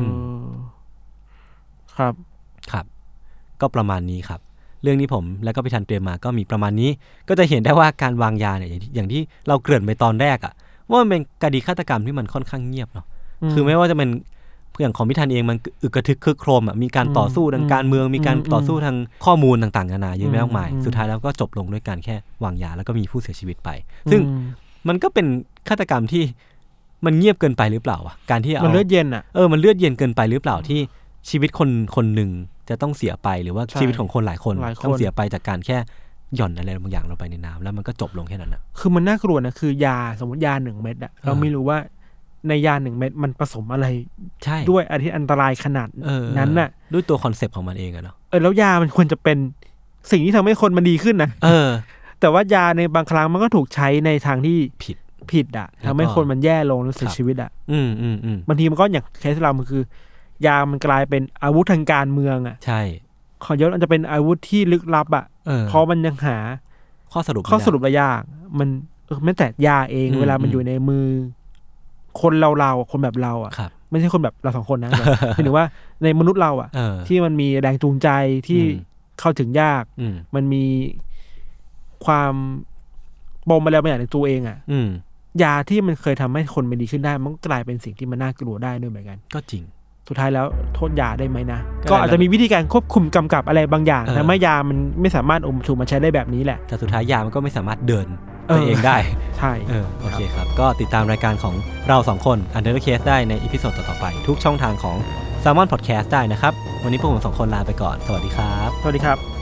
Speaker 3: ออ
Speaker 2: ม
Speaker 3: ครับ
Speaker 2: ครับ ก็ประมาณนี้ครับ เรื่องนี้ผมแล้วก็พี่ทันเตรียมมาก็มีประมาณนี้ ก็จะเห็นได้ว่าการวางยาเนี่ยอย่างที่อย่างที่เราเกริ่นไปตอนแรกอะว่ามันเป็นคดีฆาตกรรมที่มันค่อนข้างเงียบเนาะ
Speaker 3: อืม
Speaker 2: คือไม่ว่าจะเป็นอย่างของพิธันเองมันอึกกระทึกคึกโครมอะมีการต่อสู้ทางการเมือง มีการ
Speaker 3: อืม
Speaker 2: ต่อสู้ทางข้อมูลต่างๆนานาเยอะแยะมากมาย
Speaker 3: อืม
Speaker 2: สุดท้ายแล้วก็จบลงด้วยการแค่วางยาแล้วก็มีผู้เสียชีวิตไป ซึ่ง
Speaker 3: อืม
Speaker 2: มันก็เป็นฆาตกรรมที่มันเงียบเกินไปหรือเปล่าวะการที่เอา
Speaker 3: มันเลือดเย็นอะ
Speaker 2: เออ มันเลือดเย็นเกินไปหรือเปล่าที่ชีวิตคนคนหนึ่งจะต้องเสียไปหรือว่าชีวิตของคนหลายคน
Speaker 3: หลายคน
Speaker 2: ต้องเสียไปจากการแค่หย่อนอะไรบางอย่างลงไปในน้ำแล้วมันก็จบลงแค่นั้นนะ
Speaker 3: คือมันน่ากลัวนะคือยาสมมติยาหนึ่งเม็ดอะเราไม่รู้ว่าในยาหนึ่งเม็ดมันผสมอะไร
Speaker 2: ใช่
Speaker 3: ด้วยอะไรที่อันตรายขนาด
Speaker 2: เออ
Speaker 3: นั้นน่ะ
Speaker 2: ด้วยตัวคอนเซปต์ของมันเองอะเนาะ
Speaker 3: เออแล้วยามันควรจะเป็นสิ่งที่ทำให้คนมันดีขึ้นนะ
Speaker 2: เออ
Speaker 3: แต่ว่ายาในบางครั้งมันก็ถูกใช้ในทางที่
Speaker 2: ผิด
Speaker 3: ผิดอะ
Speaker 2: แล้วก็
Speaker 3: ทำให้คนมันแย่ลงและเสียชีวิตอะ
Speaker 2: อืมอืมอืม
Speaker 3: บางทีมันก็อย่างเคสเรามันคือยามันกลายเป็นอาวุธทางการเมืองอะ
Speaker 2: ใช่
Speaker 3: ขอยศมันจะเป็นอาวุธที่ลึกลับอะ
Speaker 2: เออ
Speaker 3: เพราะมันยังหา
Speaker 2: ข้อสรุปไม่ได้
Speaker 3: ข้อสรุประยากมันเออแม้แต่ยาเอง
Speaker 2: อืม
Speaker 3: เวลามัน
Speaker 2: อืม
Speaker 3: อยู่ในมือ คนเราเราๆอะคนแบบเราอะ
Speaker 2: ครับ
Speaker 3: ไม่ใช่คนแบบเราสองคนนะ แบบ หมายถึงว่าในมนุษย์เราอะ
Speaker 2: เออ
Speaker 3: ที่มันมีแรงจูงใจที่
Speaker 2: อืม
Speaker 3: เข้าถึงยาก
Speaker 2: อืม
Speaker 3: มันมีความปมอะไรบางอย่างในตัวเองอะ
Speaker 2: อืม
Speaker 3: ยาที่มันเคยทำให้คนมันดีขึ้นได้ มันก็กลายเป็นสิ่งที่มันน่ากลัวได้ด้วยเหมือนกัน
Speaker 2: ก็จริง
Speaker 3: สุดท้ายแล้วโทษยาได้ไหมนะ
Speaker 2: ก็
Speaker 3: ก็
Speaker 2: ได้
Speaker 3: อาจจะมีวิธีการควบคุมกำกับอะไรบางอย่าง
Speaker 2: เออ
Speaker 3: ทำให้ยามันไม่สามารถอมชูมาใช้ได้แบบนี้แหละ
Speaker 2: แต่สุดท้ายยามันก็ไม่สามารถเดิน
Speaker 3: เอ
Speaker 2: ไป
Speaker 3: อ
Speaker 2: เองได้
Speaker 3: ใช่
Speaker 2: เออโอเคครับ ก็ติดตามรายการของเราสองคน Under the Case ได้ในอีพิโซดต่อๆไป ทุกช่องทางของ s ซ l m o n Podcast ได้นะครับ วันนี้พวกผมสองคนลาไปก่อน สวัสดีครับ
Speaker 3: สวัสดีครับ